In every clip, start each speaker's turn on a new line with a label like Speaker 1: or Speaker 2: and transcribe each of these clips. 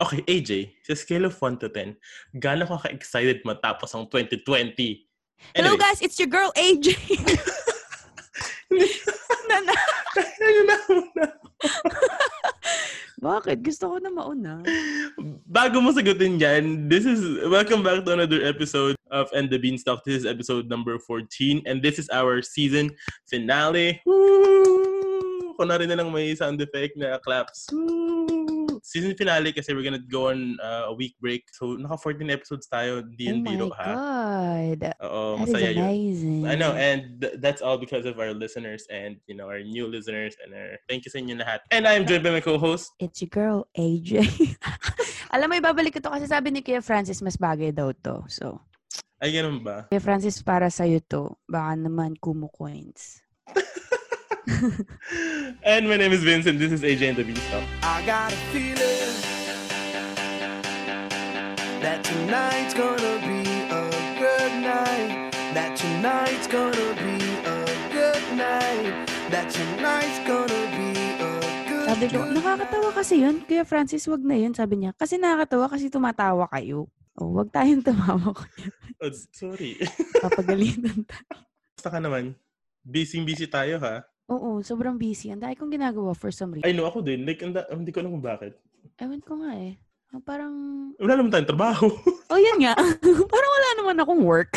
Speaker 1: Okay, AJ, sa scale of 1 to 10, gaano ka ka-excited matapos ang 2020?
Speaker 2: Hello
Speaker 1: Anyways,
Speaker 2: guys, it's your girl AJ. na, na,
Speaker 1: Ano na muna?
Speaker 3: Bakit? Gusto ko na mauna. Oh
Speaker 1: Bago mo sagutin yan, this is, welcome back to another episode of End the Beanstalk. This is episode number 14 and this is our season finale. Woo! Kunwari na lang may sound effect na claps. Woo! Season finale kasi we're gonna go on uh, a week break. So, naka-14 episodes tayo,
Speaker 3: oh my
Speaker 1: D&Diro ha.
Speaker 3: God.
Speaker 1: Oo,
Speaker 3: That is
Speaker 1: masaya yun.
Speaker 3: amazing.
Speaker 1: I know, eh. and th- that's all because of our listeners and you know our new listeners and our thank you sa inyo lahat. And I'm joined by my co-host.
Speaker 3: It's your girl, AJ. Alam mo, ibabalik ko to kasi sabi ni Kuya Francis, mas bagay daw to. So,
Speaker 1: Ay, ganun ba?
Speaker 3: Kuya Francis, para sa'yo to. Baka naman kumu coins.
Speaker 1: and my name is Vincent. This is AJ and the Oh, Beanstalk.
Speaker 4: I got a feeling that tonight's gonna be a good night. That tonight's gonna be a good night. That tonight's gonna be a good
Speaker 3: Sabi ko,
Speaker 4: good
Speaker 3: nakakatawa kasi yun. Kuya Francis, wag na yun. Sabi niya, kasi nakakatawa kasi tumatawa kayo. O, wag tayong tumawa kayo.
Speaker 1: Oh, sorry.
Speaker 3: Papagalitan tayo.
Speaker 1: Basta ka naman. Busy busy tayo ha.
Speaker 3: Oo, sobrang busy. Ang dahil kong ginagawa for some reason.
Speaker 1: I know ako din. Like, anda, hindi ko alam kung bakit.
Speaker 3: Ewan ko nga eh. Ah, Parang,
Speaker 1: Wala naman tayong trabaho.
Speaker 3: oh yan nga. Parang wala naman akong work.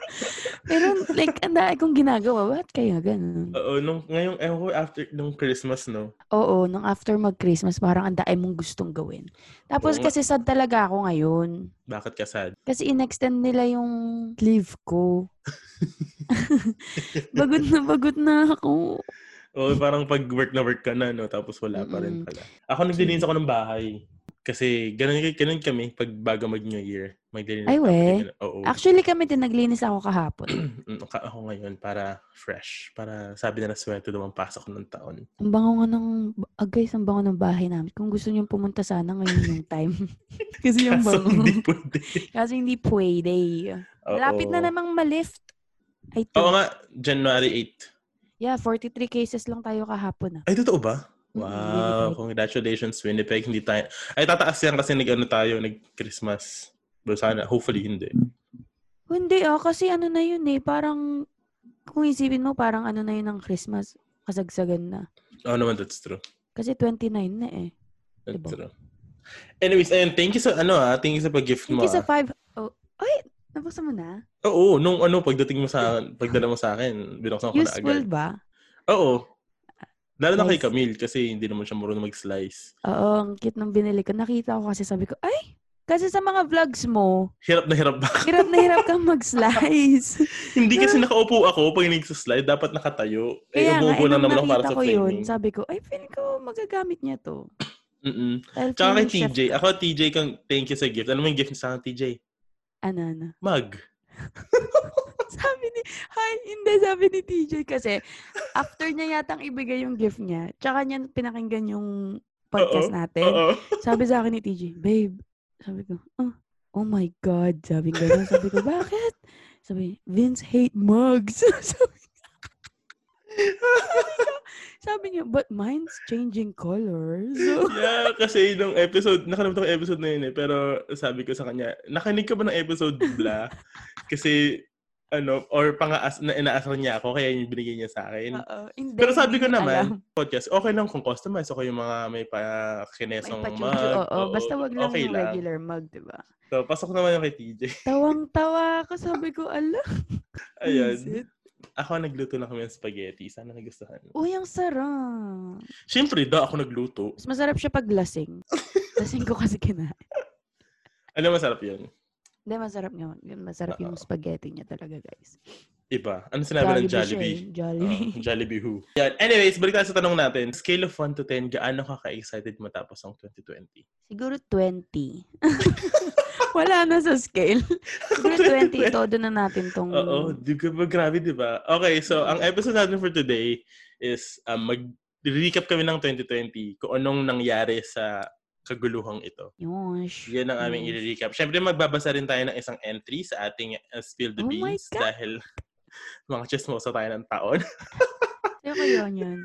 Speaker 3: Pero like, ang dahil kong ginagawa. Ba't kaya ganun?
Speaker 1: Oo, nung, ngayong, ewan ko, after nung Christmas, no?
Speaker 3: Oo, nung after mag-Christmas, parang ang dahil mong gustong gawin.
Speaker 1: Oo
Speaker 3: Tapos
Speaker 1: nga.
Speaker 3: kasi sad talaga ako ngayon.
Speaker 1: Bakit ka sad?
Speaker 3: Kasi inextend nila yung leave ko. bagot na bagot na ako.
Speaker 1: Oo, parang pag work na work ka na, no? Tapos wala pa rin
Speaker 3: Mm-mm.
Speaker 1: pala. Ako naglilinis ako ng bahay. Kasi ganun, ganun kami pag bago mag-New Year. Maglilinis
Speaker 3: Ay,
Speaker 1: kami.
Speaker 3: we.
Speaker 1: Ganun. Oo.
Speaker 3: Actually kami din naglinis ako kahapon.
Speaker 1: Mm, ka- ako ngayon para fresh. Para sabi na swerte daw ang pasok ng taon.
Speaker 3: Ang bango nga ng, ah, guys, ang bango ng bahay namin. Kung gusto niyo pumunta sana ngayon yung time. Kasi yung
Speaker 1: Kaso
Speaker 3: bango.
Speaker 1: hindi pwede.
Speaker 3: Kasi hindi pwede.
Speaker 1: Oo.
Speaker 3: Lapit na namang malift. I think.
Speaker 1: Oo nga, January
Speaker 3: Yeah, 43 cases lang tayo kahapon ah.
Speaker 1: 8. Ay, totoo ba?
Speaker 3: Mm,
Speaker 1: Wow,
Speaker 3: Winnipeg.
Speaker 1: congratulations Winnipeg. Hindi tayo... Ay, tataas yan kasi nag-ano tayo, nag-Christmas. Pero sana, hopefully hindi.
Speaker 3: Hindi ah, kasi ano na yun eh. Parang, kung isipin mo, parang ano na yun ng Christmas. Kasagsagan na.
Speaker 1: Oo naman, that's true.
Speaker 3: Kasi 29 na eh.
Speaker 1: That's
Speaker 3: Diba?
Speaker 1: true. Anyways, ayun, thank you sa, ano ah, thank you sa pag-gift
Speaker 3: Thank
Speaker 1: mo.
Speaker 3: you sa
Speaker 1: ah.
Speaker 3: five. Oh, ay, nabuksan mo na?
Speaker 1: Oo, nung ano, pagdating mo sa, pagdala mo sa akin, binuksan ko na
Speaker 3: Useful
Speaker 1: agad.
Speaker 3: ba?
Speaker 1: Oo. Lalo na kay
Speaker 3: Nice.
Speaker 1: Camille kasi hindi naman siya marunong mag-slice.
Speaker 3: Oo, ang cute nung binili ko. Nakita ko kasi sabi ko, ay, kasi sa mga vlogs mo,
Speaker 1: Hirap na hirap ba?
Speaker 3: hirap na hirap kang mag-slice.
Speaker 1: Hindi kasi nakaupo ako pag nagsaslide. Dapat nakatayo. Eh,
Speaker 3: Kaya nga,
Speaker 1: umuupo
Speaker 3: eh,
Speaker 1: lang
Speaker 3: nung
Speaker 1: naman ako para sa
Speaker 3: nakita ko yun,
Speaker 1: training.
Speaker 3: sabi ko, ay, feeling ko magagamit niya to.
Speaker 1: Mm-mm.
Speaker 3: Dahil
Speaker 1: Tsaka kay
Speaker 3: feeling chef
Speaker 1: TJ.
Speaker 3: ka.
Speaker 1: Ako, TJ, kang thank you sa gift. Ano mo yung gift niya sa akin, TJ?
Speaker 3: Ano, ano.
Speaker 1: Mug.
Speaker 3: Sabi ni, hi, hindi, sabi ni TJ kasi, after niya yatang ibigay yung gift niya, tsaka niya pinakinggan yung podcast natin.
Speaker 1: Oo.
Speaker 3: Sabi sa akin ni TJ, babe, sabi ko, oh, oh my God, sabi ko, sabi ko, bakit? Sabi, Vince hate mugs. sabi, sabi niya, but mine's changing colors.
Speaker 1: yeah, kasi nung episode, nakalimutan ko yung episode na yun eh. Pero sabi ko sa kanya, nakinig ka ba ng episode bla? kasi, ano, or pangaas, na inaasal niya ako, kaya yung binigay niya sa akin.
Speaker 3: Oo, hindi,
Speaker 1: Pero sabi
Speaker 3: Ah, hindi
Speaker 1: ko
Speaker 3: niya
Speaker 1: naman,
Speaker 3: alam.
Speaker 1: podcast, okay lang kung customize. Okay yung mga may pa
Speaker 3: may
Speaker 1: kinesong oh, mug.
Speaker 3: pachuchu, oo,
Speaker 1: oo,
Speaker 3: basta wag lang
Speaker 1: okay
Speaker 3: yung
Speaker 1: lang.
Speaker 3: regular mug, di ba?
Speaker 1: So, pasok naman yung kay TJ.
Speaker 3: Tawang-tawa ako, sabi ko, ala, is
Speaker 1: Ayun.
Speaker 3: it?
Speaker 1: Ako nagluto na kami ng spaghetti. Sana nagustuhan.
Speaker 3: Uy, ang sarap.
Speaker 1: Siyempre, da, ako nagluto.
Speaker 3: Mas masarap siya pag lasing. Lasing ko kasi kinain.
Speaker 1: Ano masarap yun?
Speaker 3: Hindi, masarap nga. Masarap yung spaghetti niya talaga, guys.
Speaker 1: Iba. Ano sinabi ng
Speaker 3: siya
Speaker 1: Jollibee?
Speaker 3: eh.
Speaker 1: Oh,
Speaker 3: Jollibee.
Speaker 1: Jollibee who? Yan. Anyways, balik tayo sa tanong natin. Scale of 1 to 10, gaano ka ka-excited matapos ang 2020?
Speaker 3: Siguro 20. Wala na sa scale. Siguro 20, todo na natin tong...
Speaker 1: Oo, di ka ba? Grabe, di ba? Okay, so ang episode natin for today is um, mag-recap kami ng 2020 kung anong nangyari sa kaguluhang ito.
Speaker 3: Yosh.
Speaker 1: Yan ang aming
Speaker 3: Yosh.
Speaker 1: i-recap. Siyempre, magbabasa rin tayo ng isang entry sa ating uh, Spill the
Speaker 3: Oh my
Speaker 1: Beans
Speaker 3: God!
Speaker 1: dahil mga chismosa tayo ng taon.
Speaker 3: Sa'yo ko yun yun.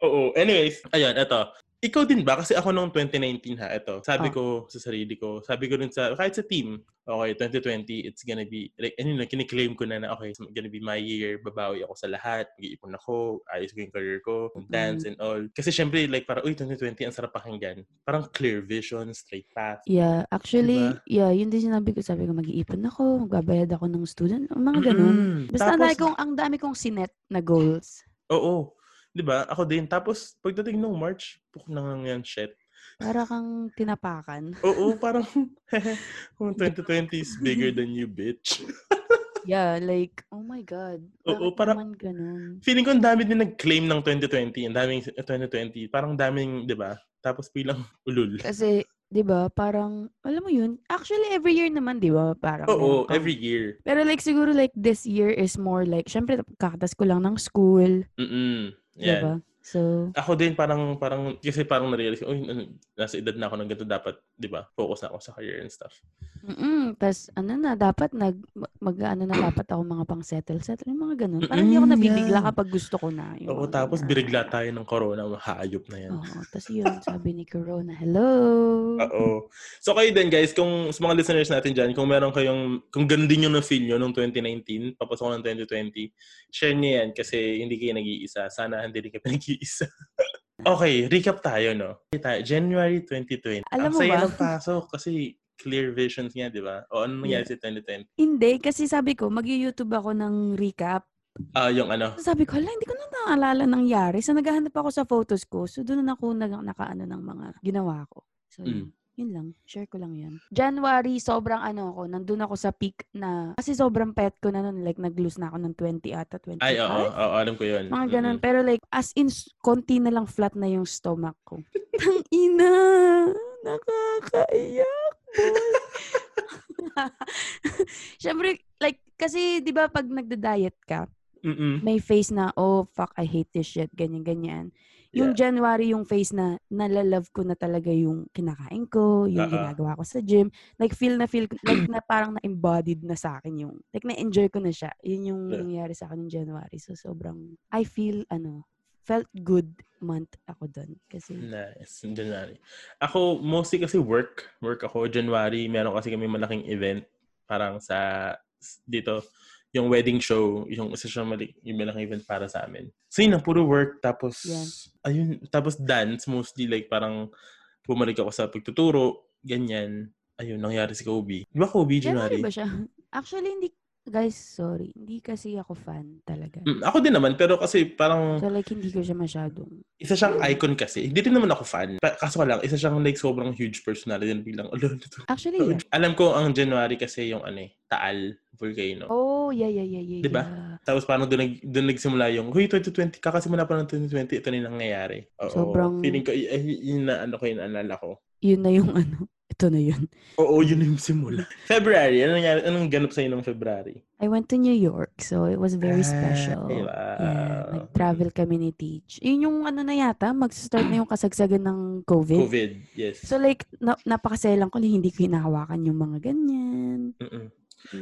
Speaker 1: Oo. Anyways, ayun, eto. Ikaw din ba? Kasi ako noong 2019 ha, ito. Sabi
Speaker 3: Ah.
Speaker 1: ko sa sarili ko, sabi ko rin sa, kahit sa team, okay, 2020, it's gonna be, like, ano na, kiniklaim ko na na, okay, it's gonna be my year, babawi ako sa lahat, mag-iipon ako, ayos ko yung career ko, dance and all. Kasi syempre, like, para, uy, 2020, ang sarap pakinggan. Parang clear vision, straight path.
Speaker 3: Yeah, actually,
Speaker 1: Diba?
Speaker 3: yeah, yun din sinabi ko. Sabi ko, mag-iipon ako, magbabayad ako ng student, mga ganun.
Speaker 1: Mm-mm.
Speaker 3: Basta ang dami
Speaker 1: Tapos-
Speaker 3: kong, ang dami kong sinet na goals.
Speaker 1: Oo. Di ba? Ako din. Tapos, pagdating nung March, puk na nga yan, shit.
Speaker 3: Para kang tinapakan.
Speaker 1: Oo, parang, kung 2020 is bigger than you, bitch.
Speaker 3: Yeah, like, oh my God.
Speaker 1: Oo,
Speaker 3: Oo,
Speaker 1: para-
Speaker 3: naman ganun?
Speaker 1: Feeling ko ang dami din nag-claim ng 2020. Ang daming 2020. Parang daming, di ba? Tapos bilang ulul.
Speaker 3: Kasi, di ba, parang, alam mo yun, actually every year naman, di ba, parang. meron
Speaker 1: Oo,
Speaker 3: kang-
Speaker 1: every year.
Speaker 3: Pero like, siguro like, this year is more like, syempre, kakatas ko lang ng school,
Speaker 1: Mm-mm.
Speaker 3: di
Speaker 1: Yan.
Speaker 3: ba? So,
Speaker 1: Ako din parang parang kasi parang na-realize ko, "Uy, ano, nasa edad na ako ng ganito dapat, 'di ba? Focus na ako sa career and stuff.
Speaker 3: mm tas ano na, dapat nag, mag, ano na, dapat ako mga pang settle, settle, yung mga ganun. Parang hindi ako
Speaker 1: Mm-mm,
Speaker 3: nabibigla
Speaker 1: yeah.
Speaker 3: kapag gusto ko na. yung
Speaker 1: Oo,
Speaker 3: mga
Speaker 1: tapos
Speaker 3: ganun.
Speaker 1: birigla tayo ng corona, mahayop na 'yan.
Speaker 3: Oo, tas yun, sabi ni Corona, hello!
Speaker 1: Oo. So kayo din guys, kung sa mga listeners natin dyan, kung meron kayong, kung ganun din yung na-feel nyo nung 2019, papasok ko ng 2020, share nyo yan kasi hindi kayo nag-iisa. Sana hindi rin kayo nag-iisa. okay, recap tayo, no? Tayo, January 2020. Ang
Speaker 3: Alam mo
Speaker 1: saya
Speaker 3: ba?
Speaker 1: ng pasok kasi clear visions nga, di ba? O ano nangyari sa 2020?
Speaker 3: Hindi, kasi sabi ko, mag-YouTube ako ng recap.
Speaker 1: Ah, yung ano?
Speaker 3: So, Sabi ko, hala, hindi ko na naalala nangyari. So, naghahanap ako sa photos ko. So, doon na ako nag- nakaano ng mga ginawa ko. So,
Speaker 1: Mm.
Speaker 3: yun. Yun lang. Share ko lang yun. January, sobrang ano ako. Nandun ako sa peak na... Kasi sobrang pet ko na nun. Like, nag-lose na ako ng 20 ata, 25.
Speaker 1: Ay, oo, oo, alam ko yun.
Speaker 3: Mga ganun.
Speaker 1: Mm-mm.
Speaker 3: Pero like, as in, s- konti na lang flat na yung stomach ko. Tang ina! Nakakaiyak, boy. Siyempre, like, kasi, di ba, pag nagda-diet ka,
Speaker 1: Mm-mm.
Speaker 3: may face na, oh, fuck, I hate this shit, ganyan, ganyan. Yung January, yung face na, nalalove ko na talaga yung kinakain ko,
Speaker 1: Ah,
Speaker 3: yung
Speaker 1: ah.
Speaker 3: ginagawa ko sa gym. Like, feel na feel, ko- like, na parang na-embodied na sa akin yung, like, na-enjoy ko na siya. Yun yung
Speaker 1: Yeah.
Speaker 3: nangyari sa akin yung January. So, sobrang, I feel, ano, felt good month ako dun.
Speaker 1: Mm.
Speaker 3: Kasi,
Speaker 1: Nice. in January. Ako, mostly kasi work. Work ako. January, meron kasi kami malaking event. Parang sa, s- dito, yung wedding show, yung isa siyang mali, yung malaking event para sa amin. So yun, na, puro work. Tapos,
Speaker 3: Yeah.
Speaker 1: ayun, tapos dance, mostly like parang bumalik ako sa pagtuturo, ganyan. Ayun, nangyari si Kobe. Di ba Kobe, January?
Speaker 3: January ba siya? Actually, hindi, guys, sorry, hindi kasi ako fan talaga.
Speaker 1: Mm, ako din naman, pero kasi parang
Speaker 3: So, like, hindi ko siya masyadong,
Speaker 1: isa siyang icon kasi. Hindi rin naman ako fan. Pa- kaso lang, isa siyang like sobrang huge personality na biglang, alam
Speaker 3: actually,
Speaker 1: Oo,
Speaker 3: yeah.
Speaker 1: Alam ko ang January kasi yung ano eh, Taal Volcano.
Speaker 3: Oh, yeah, yeah, yeah, yeah.
Speaker 1: Diba?
Speaker 3: yeah.
Speaker 1: Tapos parang doon, nag- doon nagsimula yung, Huy, 2020, kakasimula pa ng 2020, ito na yung nangyayari. Oo,
Speaker 3: Sobrang-
Speaker 1: Feeling ko, y- ay, yun na ano ko, yun na naalala ko.
Speaker 3: yun na yung ano. Ito na yun.
Speaker 1: Oo, yun na yung simula. February, ano nangyari, anong ganap sa'yo ng February?
Speaker 3: I went to New York, so it was very
Speaker 1: Ah,
Speaker 3: special.
Speaker 1: Ay, wow.
Speaker 3: Oh, Yeah, nag-travel kami ni Teach. Yun yung ano na yata, mag-start na yung kasagsagan ng COVID.
Speaker 1: COVID, yes.
Speaker 3: So like, na- napakasailang ko na hindi ko hinahawakan yung mga ganyan.
Speaker 1: Mm-mm.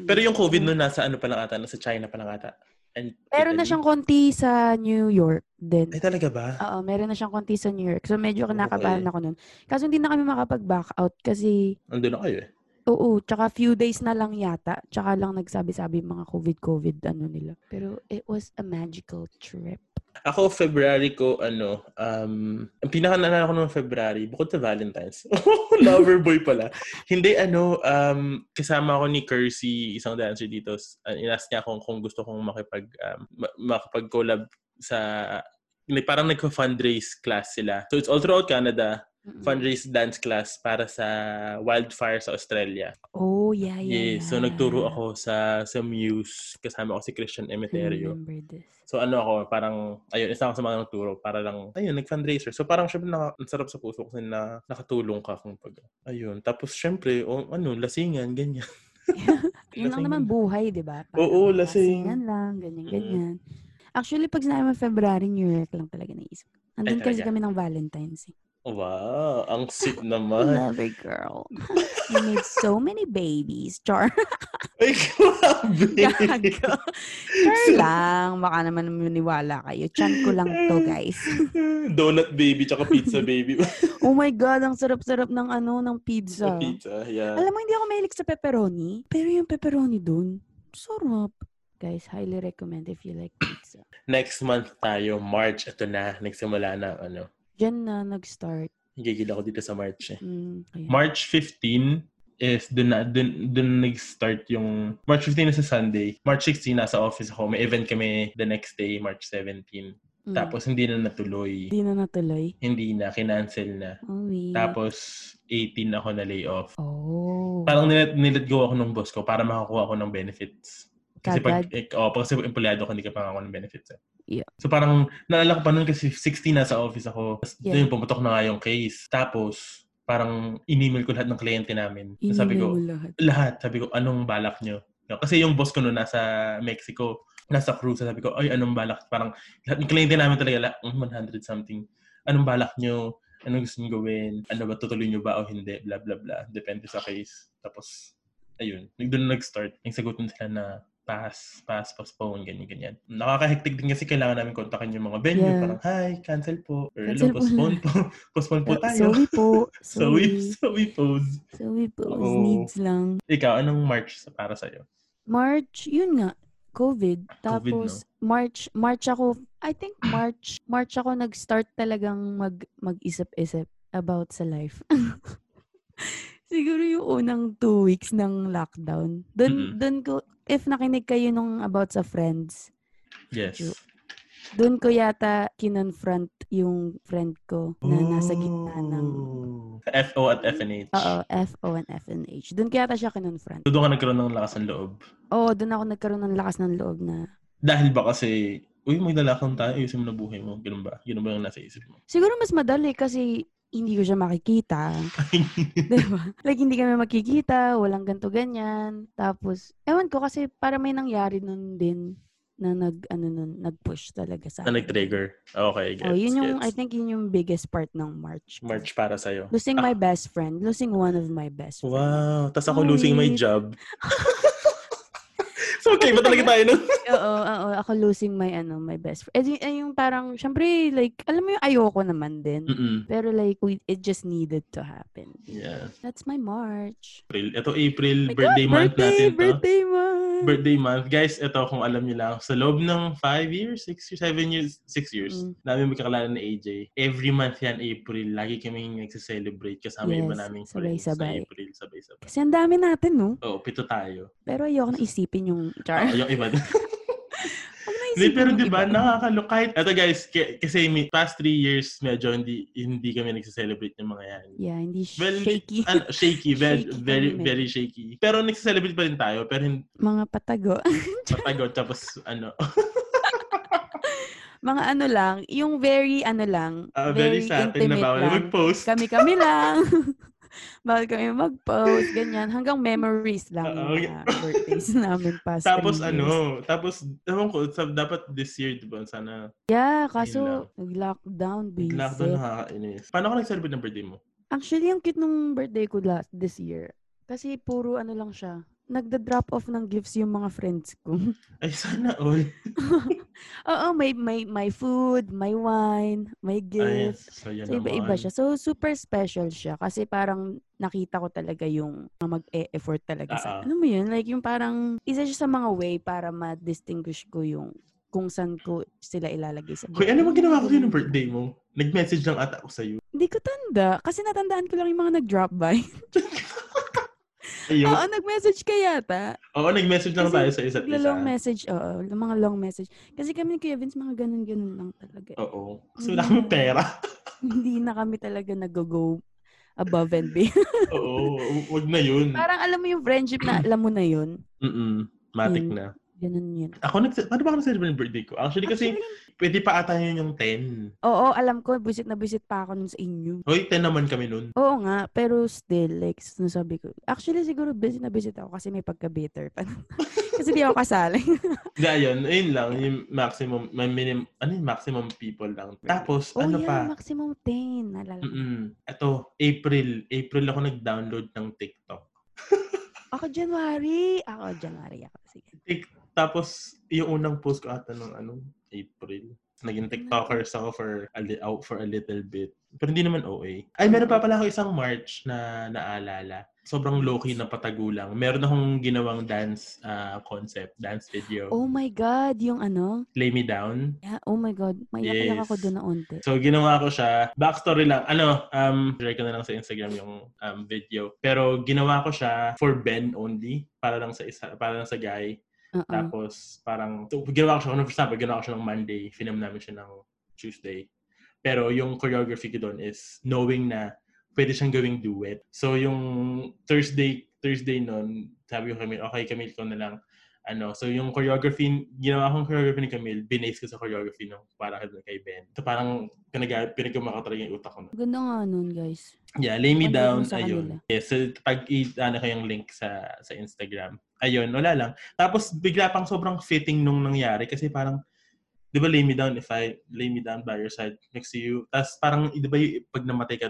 Speaker 1: Pero yung COVID noon, nasa ano pa lang ata, nasa China pa lang ata. And,
Speaker 3: Pero na
Speaker 1: Italy.
Speaker 3: siyang konti sa New York din.
Speaker 1: Ay, talaga ba?
Speaker 3: Oo, meron na siyang konti sa New York. So medyo
Speaker 1: Okay.
Speaker 3: kinakabahan ako nun. Kaso hindi na kami makapag-back out kasi
Speaker 1: Andun na kayo eh.
Speaker 3: Oo, tsaka few days na lang yata. Tsaka lang nagsabi-sabi yung mga COVID-COVID ano nila. Pero it was a magical trip.
Speaker 1: Ako, February ko, ano, um, ang pinaka naalala ko ng February, bukod sa Valentine's, lover boy pala. Hindi, ano, um, kasama ako ni Kersey, isang dancer dito. S- uh, Inask niya akong kung gusto kong makipag, um, ma- makipag-collab sa, like, parang nagka-fundraise class sila. So, it's all throughout Canada,
Speaker 3: Mm-mm.
Speaker 1: fundraise dance class para sa wildfire sa Australia.
Speaker 3: Oh, yeah, yeah,
Speaker 1: Yeah, so nagturo ako sa sa Muse, kasama ko si Christian Emeterio.
Speaker 3: remember this.
Speaker 1: So ano ako, parang, ayun, isa ako sa mga nagturo para lang, ayun, nag-fundraiser. So parang syempre, naka, ang sarap sa puso kasi na nakatulong ka kung pag, ayun. Tapos syempre, o, ano, lasingan, ganyan.
Speaker 3: Yun lang
Speaker 1: Lasingan.
Speaker 3: naman buhay, di ba?
Speaker 1: Oo,
Speaker 3: Parang
Speaker 1: lasing.
Speaker 3: lasingan lang, ganyan,
Speaker 1: Mm.
Speaker 3: ganyan. Actually, pag sinabi mo February, New York lang talaga naisip. ko. Andun kasi
Speaker 1: talaga?
Speaker 3: kami ng Valentine's. Eh.
Speaker 1: Wow, ang sweet naman.
Speaker 3: Love it, girl. you made so many babies. Char.
Speaker 1: Ay, grabe.
Speaker 3: Gago. Char
Speaker 1: So-
Speaker 3: lang. Baka naman maniwala kayo. Chan ko lang to, guys.
Speaker 1: Donut baby tsaka pizza baby.
Speaker 3: Oh my God, ang sarap-sarap ng ano, ng pizza.
Speaker 1: pizza, yeah.
Speaker 3: Alam mo, hindi ako mahilig sa pepperoni. Pero yung pepperoni dun, sarap. Guys, highly recommend if you like pizza.
Speaker 1: Next month tayo, March. Ito na, nagsimula na, ano.
Speaker 3: Diyan na nag-start.
Speaker 1: Gigil ako dito sa March eh.
Speaker 3: Mm, ayun.
Speaker 1: March 15 is dun na dun, dun nag-start yung March 15 is a Sunday. March 16 nasa office ako. May event kami the next day, March 17.
Speaker 3: Mm.
Speaker 1: Tapos hindi na natuloy.
Speaker 3: Hindi na natuloy.
Speaker 1: Hindi na kinancel na.
Speaker 3: Oh, wait.
Speaker 1: Tapos 18 ako na lay off.
Speaker 3: Oh.
Speaker 1: Parang nilet, nilet go ako ng boss ko para makakuha ako ng benefits. Kasi pag,
Speaker 3: Kagad.
Speaker 1: eh, oh, pag kasi empleyado ka, hindi ka pangako ng benefits. eh.
Speaker 3: Yeah.
Speaker 1: So parang, naalala ko pa noon kasi 16 na sa office ako. Tapos
Speaker 3: Yeah.
Speaker 1: doon pumutok na nga yung case. Tapos, parang in-email ko lahat ng kliyente namin.
Speaker 3: Iniwan
Speaker 1: Sabi ko,
Speaker 3: mo lahat.
Speaker 1: lahat. Sabi ko, anong balak nyo? Kasi yung boss ko noon nasa Mexico, nasa cruise. Sabi ko, ay, anong balak? Parang, lahat ng kliyente namin talaga, lahat, mm, 100 something. Anong balak nyo? Anong gusto nyo gawin? Ano ba, tutuloy nyo ba o hindi? Blah, blah, blah. Depende sa case. Tapos, ayun. Doon na nag-start. Nagsagutin sila na pass, pass, postpone, ganyan, ganyan. Nakakahektik din kasi kailangan namin kontakin yung mga venue.
Speaker 3: Yeah.
Speaker 1: Parang, hi, cancel po. Or, hello,
Speaker 3: Cancel po.
Speaker 1: postpone po. postpone po tayo.
Speaker 3: Sorry po.
Speaker 1: So, we,
Speaker 3: Sorry.
Speaker 1: so we pose.
Speaker 3: Sorry po.
Speaker 1: Oo.
Speaker 3: Needs lang.
Speaker 1: Ikaw, anong March sa para sa'yo?
Speaker 3: March, yun nga. COVID.
Speaker 1: COVID, no?
Speaker 3: Tapos, March, March ako, I think March, March ako nag-start talagang mag, mag-isip-isip about sa life. Siguro yung unang two weeks ng lockdown. Doon,
Speaker 1: Mm-mm.
Speaker 3: doon ko, if nakinig kayo nung about sa friends,
Speaker 1: Yes.
Speaker 3: Yo- doon ko yata kinonfront yung friend ko na nasa gitna ng,
Speaker 1: Oh. FO at FNH.
Speaker 3: oo, FO and FNH. Doon ko yata siya kinonfront.
Speaker 1: So, doon ka nagkaroon ng lakas ng loob.
Speaker 3: Oo, doon ako nagkaroon ng lakas ng loob na.
Speaker 1: Dahil ba kasi, uy, may lalakang tayo, ayusin mo na buhay mo. Ganun ba? Ganun ba yung nasa isip mo?
Speaker 3: Siguro mas madali kasi hindi ko siya makikita. diba? Like, hindi kami makikita, walang ganto ganyan. Tapos, ewan ko kasi para may nangyari nun din na nag, ano nun, nag-push talaga sa
Speaker 1: na nag-trigger. Okay, gets,
Speaker 3: Oh, yun yung,
Speaker 1: gets.
Speaker 3: I think yun yung biggest part ng March. ko.
Speaker 1: March para sa'yo.
Speaker 3: Losing my best friend. Losing one of my best friends.
Speaker 1: Wow. Tapos ako
Speaker 3: Sorry.
Speaker 1: losing my job. so, okay ba talaga tayo nun?
Speaker 3: oo, oo. Ako losing my, ano, my best friend. Eh, di- eh, yung parang, syempre, like, alam mo yung ayoko naman din.
Speaker 1: Mm-mm.
Speaker 3: Pero like, we, it just needed to happen.
Speaker 1: Yeah.
Speaker 3: That's my March.
Speaker 1: April. Ito, April,
Speaker 3: Oh My God,
Speaker 1: birthday month
Speaker 3: birthday,
Speaker 1: natin. to.
Speaker 3: Birthday month!
Speaker 1: birthday month. Guys, ito kung alam niyo lang, sa loob ng 5 years, 6 years, 7 years, 6 years,
Speaker 3: Mm.
Speaker 1: namin magkakalala ni AJ. Every month yan, April, lagi kaming nagsiselebrate kasama
Speaker 3: Yes,
Speaker 1: iba namin sa
Speaker 3: sabay-sabay.
Speaker 1: April, sabay-sabay.
Speaker 3: Kasi ang dami natin, no?
Speaker 1: Oo, pito tayo.
Speaker 3: Pero ayoko na isipin yung
Speaker 1: Oo,
Speaker 3: char.
Speaker 1: yung iba.
Speaker 3: Huwag na
Speaker 1: Ah, Hindi,
Speaker 3: isipin
Speaker 1: pero
Speaker 3: yung
Speaker 1: di ba,
Speaker 3: iba.
Speaker 1: nakakalo. Kahit, ito guys, k- kasi may past 3 years, medyo hindi, hindi kami nagsiselebrate ng mga yan.
Speaker 3: Yeah, hindi sh-
Speaker 1: Well, hindi-
Speaker 3: shaky.
Speaker 1: Ano, shaky, very,
Speaker 3: Shaky
Speaker 1: very,
Speaker 3: kami.
Speaker 1: very shaky. Pero nagsiselebrate pa rin tayo, pero hindi
Speaker 3: Mga patago.
Speaker 1: patagot, tapos ano,
Speaker 3: Mga ano lang, yung very ano lang,
Speaker 1: ah, very, sa atin na
Speaker 3: intimate
Speaker 1: bawal
Speaker 3: lang.
Speaker 1: mag-post.
Speaker 3: Kami-kami lang. bawal kami mag-post, ganyan. Hanggang memories lang
Speaker 1: Oo,
Speaker 3: yung mga birthdays namin past
Speaker 1: Ah, Tapos
Speaker 3: three years.
Speaker 1: ano, tapos ewan ko, sab- dapat this year, di ba, sana
Speaker 3: Yeah,
Speaker 1: lang.
Speaker 3: kaso nag-lockdown basic.
Speaker 1: lockdown nakakainis. Paano ka nag-celebrate ng birthday mo?
Speaker 3: Actually, ang cute nung birthday ko last this year. Kasi puro ano lang siya. Nagda-drop off ng gifts yung mga friends ko.
Speaker 1: Ay, sana all.
Speaker 3: Oo, may, may, may food, may wine, may
Speaker 1: Ay,
Speaker 3: gift.
Speaker 1: so yan
Speaker 3: So, iba-iba siya. So, super special siya. Kasi parang nakita ko talaga yung mga mag-e-effort talaga
Speaker 1: Ah,
Speaker 3: sa...
Speaker 1: ah.
Speaker 3: Ano mo yun? Like, yung parang... Isa siya sa mga way para ma-distinguish ko yung kung saan ko sila ilalagay sa
Speaker 1: Hoy, ano bang ginawa ko sa'yo ng birthday mo? Nag-message lang ata ako sa'yo.
Speaker 3: Hindi ko tanda. Kasi natandaan ko lang yung mga nag-drop by.
Speaker 1: Ayun.
Speaker 3: Oo, nag-message ka yata.
Speaker 1: Oo, nag-message lang
Speaker 3: Ah, Kasi
Speaker 1: tayo sa isa't isa.
Speaker 3: Nagla-long message. Oo, yung mga long message. Kasi kami ni Kuya Vince, mga ganun-ganun lang talaga.
Speaker 1: Oo. Kasi wala
Speaker 3: Mm-hmm.
Speaker 1: kami pera.
Speaker 3: Hindi na kami talaga nag-go above and beyond.
Speaker 1: Oo, wag na yun.
Speaker 3: Parang alam mo yung friendship na alam mo na yun.
Speaker 1: Mm-mm. Matik
Speaker 3: Yun.
Speaker 1: na.
Speaker 3: Ganun yun.
Speaker 1: Ako, nag- paano ba ako nag-celebrate ng birthday ko? Actually, kasi
Speaker 3: Actually,
Speaker 1: pwede pa ata yun yung 10.
Speaker 3: oo, alam ko, busit na busit pa ako nun sa inyo.
Speaker 1: Hoy, 10 naman kami nun.
Speaker 3: Oo nga, pero still, like, sinasabi ko. Actually, siguro busy na busy ako kasi may pagka-bitter pa. kasi di ako kasali.
Speaker 1: Hindi, ayun. Ayun lang. Yung maximum, may minim, ano yung maximum people lang. Tapos,
Speaker 3: oh,
Speaker 1: ano
Speaker 3: yeah,
Speaker 1: pa?
Speaker 3: maximum 10. Nalala. ko.
Speaker 1: Mm-mm. Ito, April. April ako nag-download ng TikTok.
Speaker 3: Ako January. Ako January ako. Sige.
Speaker 1: Tapos, yung unang post ko ata ng ano, April. Naging TikTokers ako for a, li- out for a little bit. Pero hindi naman OA. Ay, meron pa pala ako isang March na naalala. Sobrang low-key na patagulang. Meron akong ginawang dance ah, concept, dance video.
Speaker 3: Oh my God, yung ano?
Speaker 1: Lay Me Down.
Speaker 3: Yeah, oh my God. Mayak-iyak ako
Speaker 1: Yes.
Speaker 3: doon na onte.
Speaker 1: So, ginawa ko siya. Backstory lang. Ano, um, share ko na lang sa Instagram yung um, video. Pero, ginawa ko siya for Ben only. Para lang sa isa, para lang sa guy.
Speaker 3: Oo.
Speaker 1: Tapos, parang, so, ginawa ko siya, for example, ginawa ko siya ng Monday. Film namin siya ng Tuesday. Pero, yung choreography ko doon is knowing na pwede siyang gawing duet. So, yung Thursday, Thursday noon, sabi ko kami, okay, Camille, ko na lang. Ano, so yung choreography, ginawa kong choreography ni Camille, binase ko sa choreography ng para kay Ben. So parang pinag pinagkumaka talaga yung utak ko.
Speaker 3: Ganda nga nun, guys.
Speaker 1: Yeah, lay me
Speaker 3: Ano
Speaker 1: down.
Speaker 3: yung sa
Speaker 1: Ayun. Yes, so pag i-ano ko yung link sa sa Instagram. Ayun, wala lang. Tapos bigla pang sobrang fitting nung nangyari kasi parang 'di ba lay me down if I lay me down by your side next to you. Tapos parang 'di ba yung- pag namatay ka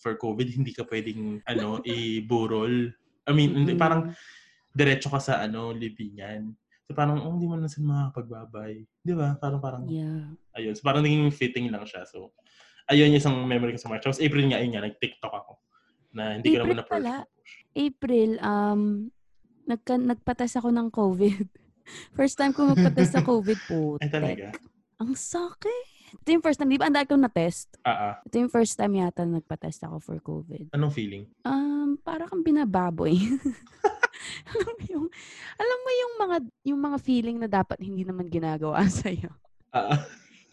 Speaker 1: for COVID, hindi ka pwedeng ano i-burol. I mean, hindi-
Speaker 3: Mm.
Speaker 1: parang diretso ka sa ano libingan. So parang oh, hindi mo na sila makakapagbabay. 'Di ba? Parang parang
Speaker 3: Yeah.
Speaker 1: Ayun. So, parang naging fitting lang siya. So, ayun yung isang memory ko sa March. Tapos April nga, yun nga, nag-TikTok ako. Na hindi ko naman
Speaker 3: April
Speaker 1: na-push.
Speaker 3: pala. April, um, nagka, nagpatas ako ng COVID. First time ko magpatas sa COVID po.
Speaker 1: Ay, talaga?
Speaker 3: Ang sakit. Ito yung first time. Di ba ang dahil kong na-test?
Speaker 1: Ah, ah.
Speaker 3: Ito yung first time yata na nagpa-test ako for COVID.
Speaker 1: Anong feeling?
Speaker 3: Um, para kang binababoy. alam mo yung, alam mo yung mga, yung mga feeling na dapat hindi naman ginagawa sa'yo.
Speaker 1: Ah, ah.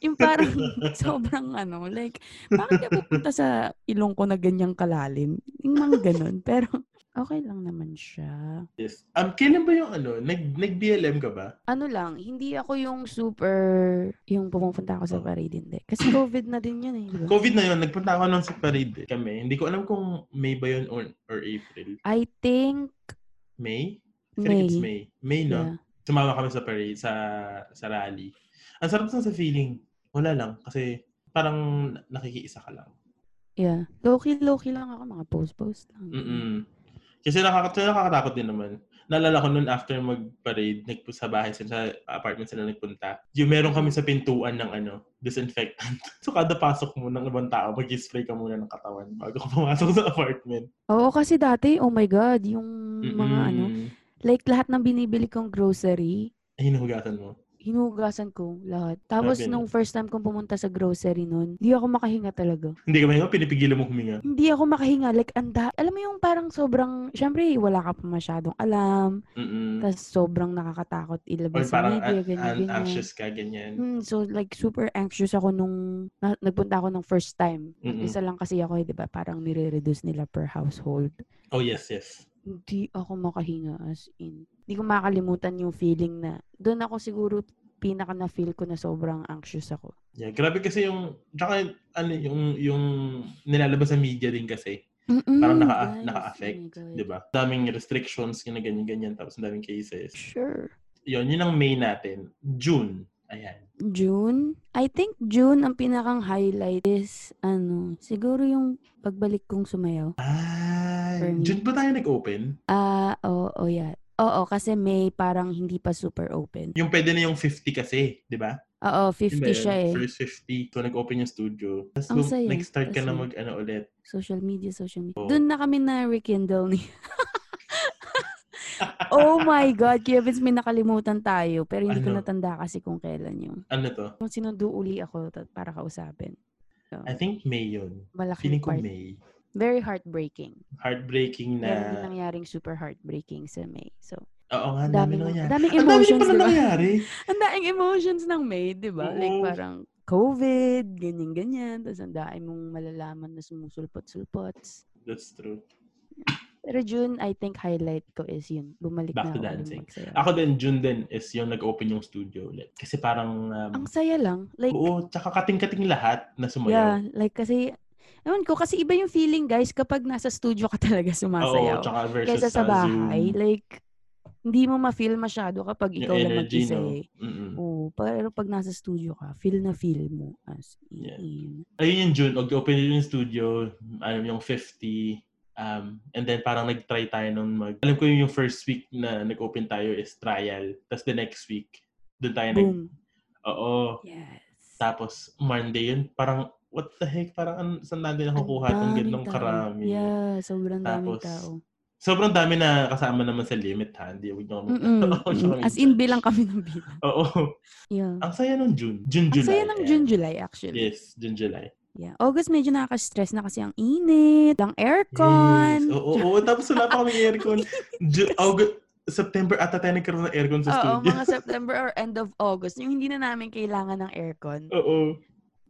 Speaker 3: Yung parang sobrang ano, like, bakit ka pupunta sa ilong ko na ganyang kalalim? Yung mga ganun. Pero, okay lang naman siya.
Speaker 1: yes. Um, kailan ba yung ano? Nag, nag-BLM ka ba?
Speaker 3: ano lang, hindi ako yung super, yung pumupunta ako sa
Speaker 1: Oh.
Speaker 3: parade, hindi. Kasi COVID na din yun eh. di ba?
Speaker 1: COVID na yun, nagpunta ako nun sa parade eh, kami. Hindi ko alam kung May ba yun or, or April.
Speaker 3: I think,
Speaker 1: May? I feel like
Speaker 3: May.
Speaker 1: it's May. May, no?
Speaker 3: Yeah.
Speaker 1: sumama kami sa parade, sa, sa rally. Ang sarap na sa feeling. Wala lang. Kasi parang nakikiisa ka lang.
Speaker 3: yeah. Low-key, low-key lang ako, mga post-post lang.
Speaker 1: Mm-mm. Kasi nakaka- so nakakatakot din naman. Naalala ko noon after mag-parade, nagpu- sa bahay sila, sa apartment sila nagpunta. Yung meron kami sa pintuan ng ano, disinfectant. so kada pasok mo ng ibang tao, mag-spray ka muna ng katawan bago ka pumasok sa apartment.
Speaker 3: Oo, kasi dati, oh my God, yung mga ano,
Speaker 1: Mm-mm.
Speaker 3: like lahat ng binibili kong grocery,
Speaker 1: Ay, hinuhugasan mo.
Speaker 3: hinugasan ko lahat. Tapos
Speaker 1: Grabe, no?
Speaker 3: nung first time kong pumunta sa grocery nun, hindi ako makahinga talaga.
Speaker 1: Hindi ka mahinga, pinipigilan mo huminga.
Speaker 3: Hindi ako makahinga. Like, anda. Alam mo yung parang sobrang, syempre, wala ka pa masyadong alam.
Speaker 1: Mm-mm.
Speaker 3: Tapos sobrang
Speaker 1: Mm.
Speaker 3: nakakatakot
Speaker 1: Or
Speaker 3: ilabas sa
Speaker 1: parang
Speaker 3: media,
Speaker 1: an-
Speaker 3: ganyan,
Speaker 1: an-
Speaker 3: ganyan.
Speaker 1: anxious ka, ganyan.
Speaker 3: Mm, so like super anxious ako nung na- nagpunta ako ng first time.
Speaker 1: Mm-mm.
Speaker 3: Isa lang kasi ako, eh, 'di ba? Parang nire-reduce nila per household.
Speaker 1: Oh, yes, yes.
Speaker 3: Hindi ako makahinga as in. Hindi ko makalimutan yung feeling na doon ako siguro pinaka na feel ko na sobrang anxious ako.
Speaker 1: Yeah, grabe kasi yung, tsaka ano, yung, yung nilalabas sa media din kasi. Parang
Speaker 3: Mm, Oh
Speaker 1: naka- naka-affect, Di ba? Daming restrictions, gina ganyan-ganyan, tapos ang daming cases.
Speaker 3: Sure.
Speaker 1: Yun, yun ang May natin. June. Ayan.
Speaker 3: June. I think June ang pinakang highlight is ano, siguro yung pagbalik kong sumayaw.
Speaker 1: Ah,
Speaker 3: For me.
Speaker 1: June ba tayo nag-open?
Speaker 3: Ah, oo, oh, yeah. Oo, kasi may parang hindi pa super open.
Speaker 1: Yung pwede na yung 50 kasi, di ba?
Speaker 3: Oo,
Speaker 1: Yun
Speaker 3: 50
Speaker 1: ba yun?
Speaker 3: siya eh.
Speaker 1: First 50. So, nag-open yung studio. Tapos,
Speaker 3: Ang
Speaker 1: bum-
Speaker 3: saya.
Speaker 1: nag-start ka
Speaker 3: Ang
Speaker 1: na
Speaker 3: saya.
Speaker 1: mag-ano ulit.
Speaker 3: Social media, social media.
Speaker 1: Oo.
Speaker 3: Doon na kami na rekindle ni. oh my God, Kevins, may nakalimutan tayo. Pero hindi
Speaker 1: Ano?
Speaker 3: ko natanda kasi kung kailan yun.
Speaker 1: Ano to?
Speaker 3: Kung sinundo uli ako ta- para kausapin. So,
Speaker 1: I think May yun. Feeling
Speaker 3: malaking
Speaker 1: ko
Speaker 3: part.
Speaker 1: May.
Speaker 3: Very heartbreaking.
Speaker 1: Heartbreaking
Speaker 3: Pero hindi
Speaker 1: na...
Speaker 3: nangyaring super heartbreaking sa May. So,
Speaker 1: Oo nga,
Speaker 3: ang
Speaker 1: dami
Speaker 3: daming,
Speaker 1: nangyari.
Speaker 3: ang
Speaker 1: Ang
Speaker 3: daming
Speaker 1: dami
Speaker 3: emotions,
Speaker 1: pala
Speaker 3: di ba?
Speaker 1: nangyari.
Speaker 3: Ang daing emotions ng May, di ba? Like
Speaker 1: Oo.
Speaker 3: parang COVID, ganyan-ganyan. Tapos ang daing mong malalaman na sumusulpot-sulpot.
Speaker 1: That's true.
Speaker 3: Pero June, I think highlight ko is yun. Bumalik
Speaker 1: Back to
Speaker 3: na ako ng
Speaker 1: dancing.
Speaker 3: magsayaw.
Speaker 1: Ako din, June din, is yung nag-open yung studio ulit. Kasi parang, um,
Speaker 3: Ang saya lang. Like,
Speaker 1: oo, tsaka kating-kating lahat na sumayaw.
Speaker 3: yeah. Like, kasi, ewan ko, kasi iba yung feeling, guys, kapag nasa studio ka talaga
Speaker 1: oo,
Speaker 3: sumasayaw.
Speaker 1: tsaka versus
Speaker 3: kaysa sa bahay,
Speaker 1: Zoom,
Speaker 3: like, hindi mo ma-feel masyado kapag
Speaker 1: yung
Speaker 3: ikaw lang
Speaker 1: energy,
Speaker 3: mag-isa
Speaker 1: no? Mm.
Speaker 3: eh.
Speaker 1: Mm-mm.
Speaker 3: Oo, pero pag nasa studio ka, feel na feel mo as
Speaker 1: Yeah.
Speaker 3: in.
Speaker 1: ayun yung June, nag-open yun yung studio, alam yung 50, um, and then parang nag-try tayo nun mag, alam ko yung first week na nag-open tayo is trial, tapos the next week, doon tayo nag,
Speaker 3: Boom.
Speaker 1: oo,
Speaker 3: Yes.
Speaker 1: tapos Monday yun, parang, what the heck, parang an, saan natin nakukuha itong
Speaker 3: Ang
Speaker 1: ganong
Speaker 3: daming tao.
Speaker 1: karami.
Speaker 3: Yeah, sobrang daming
Speaker 1: Tapos,
Speaker 3: tao.
Speaker 1: Sobrang dami na kasama naman sa limit, ha? Hindi, huwag niyo kami.
Speaker 3: Mm-mm.
Speaker 1: Oo, huwag niyo kami-
Speaker 3: As in, bilang kami ng bilang.
Speaker 1: Oo.
Speaker 3: Yeah.
Speaker 1: Ang saya nung June. June,
Speaker 3: Ang
Speaker 1: July.
Speaker 3: saya ng
Speaker 1: ayan.
Speaker 3: June, July actually.
Speaker 1: Yes, June, July.
Speaker 3: Yeah. August medyo nakaka-stress na kasi ang init, ang aircon.
Speaker 1: Yes. Oo, oo, tapos wala pa kaming aircon. Ju- August, September ata tayo nagkaroon ng aircon sa
Speaker 3: Oo,
Speaker 1: studio.
Speaker 3: mga September or end of August, yung hindi na namin kailangan ng aircon.
Speaker 1: Oo.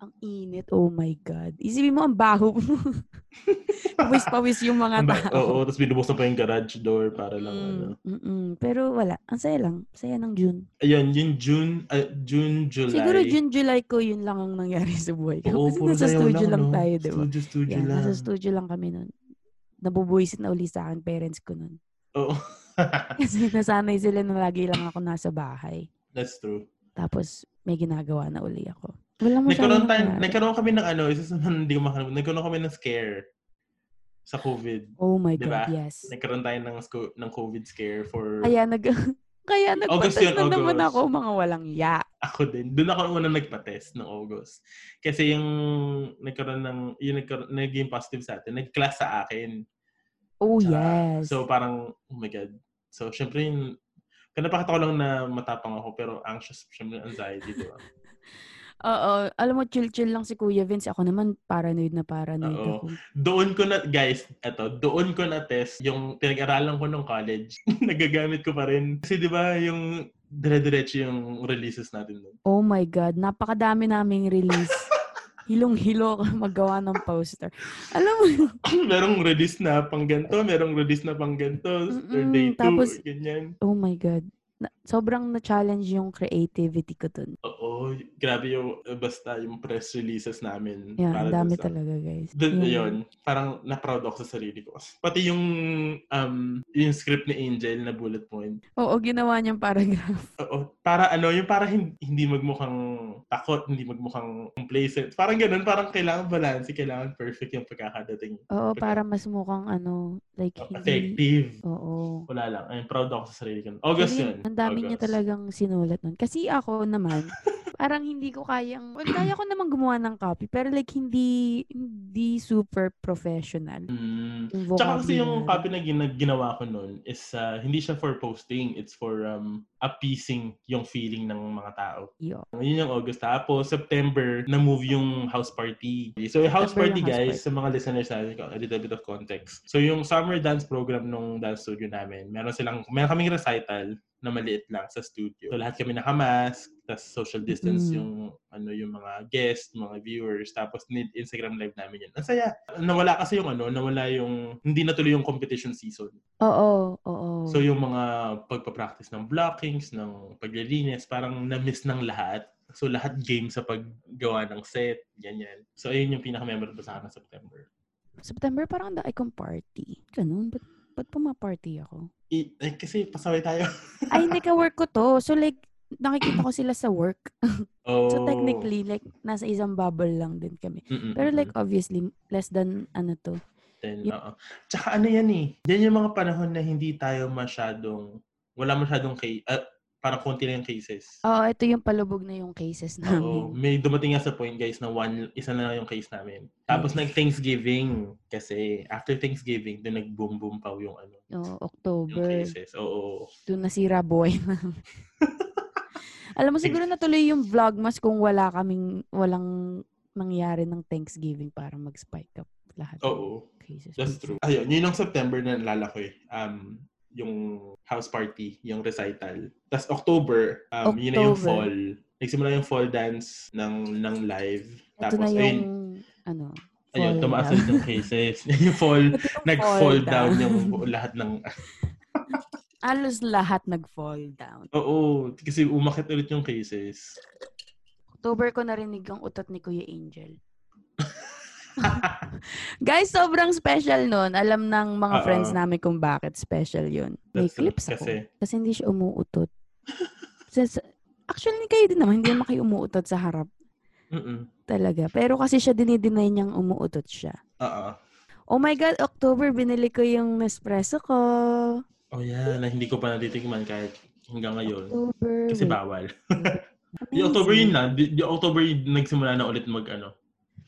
Speaker 3: Ang init, oh my God. Isipin mo, ang baho mo. Pawis-pawis yung mga
Speaker 1: Ang ba-
Speaker 3: tao.
Speaker 1: Oo, tapos binubuksan pa yung garage door para lang ano.
Speaker 3: Mm, mm-mm. Pero wala. Ang saya lang. Saya ng June.
Speaker 1: Ayun, yung June, ah, June, July.
Speaker 3: Siguro June, July ko yun lang ang nangyari sa buhay ko.
Speaker 1: Oo,
Speaker 3: Kasi
Speaker 1: puro
Speaker 3: nasa
Speaker 1: sayaw
Speaker 3: studio lang,
Speaker 1: no?
Speaker 3: tayo, di ba?
Speaker 1: Studio, studio
Speaker 3: Yeah,
Speaker 1: lang.
Speaker 3: nasa studio lang kami nun. Nabubuisit na uli sa akin parents ko nun.
Speaker 1: Oo.
Speaker 3: Kasi nasanay sila na lagi lang ako nasa bahay.
Speaker 1: That's true.
Speaker 3: Ano Tapos may ginagawa na uli ako. Wala mo
Speaker 1: Nagkaroon, tayo, nagkaroon kami ng ano, isa sa hindi ko makakalimutan, nagkaroon kami ng scare sa COVID.
Speaker 3: Oh my
Speaker 1: Di ba?
Speaker 3: God, yes.
Speaker 1: Nagkaroon tayo ng, sco- ng COVID scare for
Speaker 3: Kaya nag... Kaya
Speaker 1: August yun,
Speaker 3: nagpatas na naman
Speaker 1: August.
Speaker 3: ako mga walang ya.
Speaker 1: ako din. Doon ako unang nagpa-test ng August. Kasi yung nagkaroon ng, yung nagkaroon, naging positive sa atin, nag-class sa akin.
Speaker 3: Oh
Speaker 1: Tsaka,
Speaker 3: yes.
Speaker 1: So parang, oh my God. So syempre yung, kanapakita ko lang na matapang ako, pero anxious, syempre anxiety, di ba?
Speaker 3: Oo. Alam mo, chill-chill lang si Kuya Vince. Ako naman, paranoid na paranoid
Speaker 1: Oo.
Speaker 3: ako.
Speaker 1: Doon ko na, guys, eto, doon ko na test yung pinag-aralan ko nung college. Nagagamit ko pa rin. Kasi di ba yung dire-diretso yung releases natin doon.
Speaker 3: Oh my God, napakadami naming release. Hilong-hilo ka magawa ng poster. Alam mo,
Speaker 1: merong release na pang ganito, merong release na pang ganito, third
Speaker 3: Mm-mm,
Speaker 1: day two,
Speaker 3: tapos-
Speaker 1: ganyan.
Speaker 3: oh my God. Na- sobrang na-challenge yung creativity ko dun.
Speaker 1: Oo, grabe yung, uh, basta yung press releases namin.
Speaker 3: Yeah, ang
Speaker 1: dun
Speaker 3: dami
Speaker 1: sa-
Speaker 3: talaga, guys.
Speaker 1: Dun,
Speaker 3: Yeah.
Speaker 1: yun, parang na-proud ako sa sarili ko. Pati yung, um, yung script ni Angel na bullet point.
Speaker 3: Oo, ginawa niyang paragraph.
Speaker 1: Oo, para ano, yung para hin- hindi magmukhang takot, hindi magmukhang complacent. Parang ganun, parang kailangan balance, kailangan perfect yung pagkakadating.
Speaker 3: Oo,
Speaker 1: Pagka-
Speaker 3: para mas mukhang ano, like
Speaker 1: Ah,
Speaker 3: hindi.
Speaker 1: Effective.
Speaker 3: Oo.
Speaker 1: Wala lang. I'm proud ako sa sarili ko. August
Speaker 3: Kasi
Speaker 1: yun.
Speaker 3: Ang dami niya
Speaker 1: August.
Speaker 3: talagang sinulat nun. Kasi ako naman, parang hindi ko kayang, well, kaya ko naman gumawa ng copy, pero like hindi, hindi super professional.
Speaker 1: Mm.
Speaker 3: Yung
Speaker 1: Tsaka kasi yung
Speaker 3: vocabulary.
Speaker 1: copy na gina- ginawa ko noon is uh, hindi siya for posting, it's for um, appeasing yung feeling ng mga tao.
Speaker 3: Yo.
Speaker 1: Yun yung August. Tapos September, na-move yung house party. So yung house
Speaker 3: September
Speaker 1: party
Speaker 3: yung
Speaker 1: guys,
Speaker 3: house
Speaker 1: sa mga listeners natin, a little bit of context. So yung summer dance program nung dance studio namin, meron silang, meron kaming recital na maliit lang sa studio. So lahat kami nakamask, tapos social distance
Speaker 3: Mhm.
Speaker 1: yung ano yung mga guests, mga viewers, tapos ni Instagram live namin yun. Ang saya. Nawala kasi yung ano, nawala yung, hindi natuloy yung competition season.
Speaker 3: Oo, oo.
Speaker 1: So yung
Speaker 3: Mm.
Speaker 1: mga pagpa-practice ng blockings, ng paglilinis, parang na-miss ng lahat. So lahat game sa paggawa ng set, ganyan. So ayun yung pinaka-memorable sa akin ng September.
Speaker 3: September parang ang daig kong party. Ganun, ba't, ba't pumaparty ako?
Speaker 1: I, eh, kasi pasaway tayo.
Speaker 3: Ay, nagka-work ko to. So like, nakikita ko sila sa work.
Speaker 1: Oh.
Speaker 3: So technically, like, nasa isang bubble lang din kami.
Speaker 1: Mm-mm.
Speaker 3: Pero like, obviously, less than ano to.
Speaker 1: Then,
Speaker 3: yun-
Speaker 1: oo. Tsaka ano yan eh. Yan yung mga panahon na hindi tayo masyadong, wala masyadong case, parang konti lang yung cases.
Speaker 3: Oo, Oh, ito yung palubog na yung
Speaker 1: Oh.
Speaker 3: cases
Speaker 1: Oo.
Speaker 3: namin.
Speaker 1: May dumating nga sa point, guys, na one, isa na lang yung case namin. Tapos
Speaker 3: Yes.
Speaker 1: nag-Thanksgiving. Kasi after Thanksgiving, doon nag-boom-boom pa yung ano,
Speaker 3: Oo,
Speaker 1: yung
Speaker 3: Oh, October.
Speaker 1: cases. Oo.
Speaker 3: Doon nasira buhay namin. Alam mo, siguro natuloy yung vlogmas kung wala kaming, walang mangyari ng Thanksgiving para mag-spike up lahat. ng
Speaker 1: Oo.
Speaker 3: Cases.
Speaker 1: Oh, That's true. Ayun, yun yung September na nalala ko eh. Um, yung house party, yung recital. Tapos October, um, yun na yung
Speaker 3: October.
Speaker 1: fall. Nagsimula yung fall dance ng ng live.
Speaker 3: Ito
Speaker 1: Tapos,
Speaker 3: na yung,
Speaker 1: ayun,
Speaker 3: ano,
Speaker 1: Ayun,
Speaker 3: Fall
Speaker 1: tumaas
Speaker 3: down.
Speaker 1: ulit yung cases. yung fall,
Speaker 3: Pati yung
Speaker 1: nag-fall
Speaker 3: fall
Speaker 1: down
Speaker 3: down.
Speaker 1: yung bu- lahat ng...
Speaker 3: Alos lahat nag-fall down.
Speaker 1: Oo, kasi umakit ulit yung cases.
Speaker 3: October ko narinig ang utot ni Kuya Angel. Guys, sobrang special nun. Alam ng mga
Speaker 1: Oo.
Speaker 3: friends namin kung bakit special yun. May
Speaker 1: That's
Speaker 3: clips ako.
Speaker 1: Kasi,
Speaker 3: Kasi hindi siya umuutot. Sa- sa- actually, kayo din naman. Hindi naman kayo umuutot sa harap
Speaker 1: mm
Speaker 3: talaga. Pero kasi siya dinideny niyang umuutot siya.
Speaker 1: Oo.
Speaker 3: Oh my God, October, binili ko yung Nespresso ko.
Speaker 1: Oh yeah, na hindi ko pa natitikman kahit hanggang ngayon.
Speaker 3: October.
Speaker 1: Kasi
Speaker 3: wait,
Speaker 1: bawal. Yung October yun na. Yung October yun, nagsimula na ulit mag ano,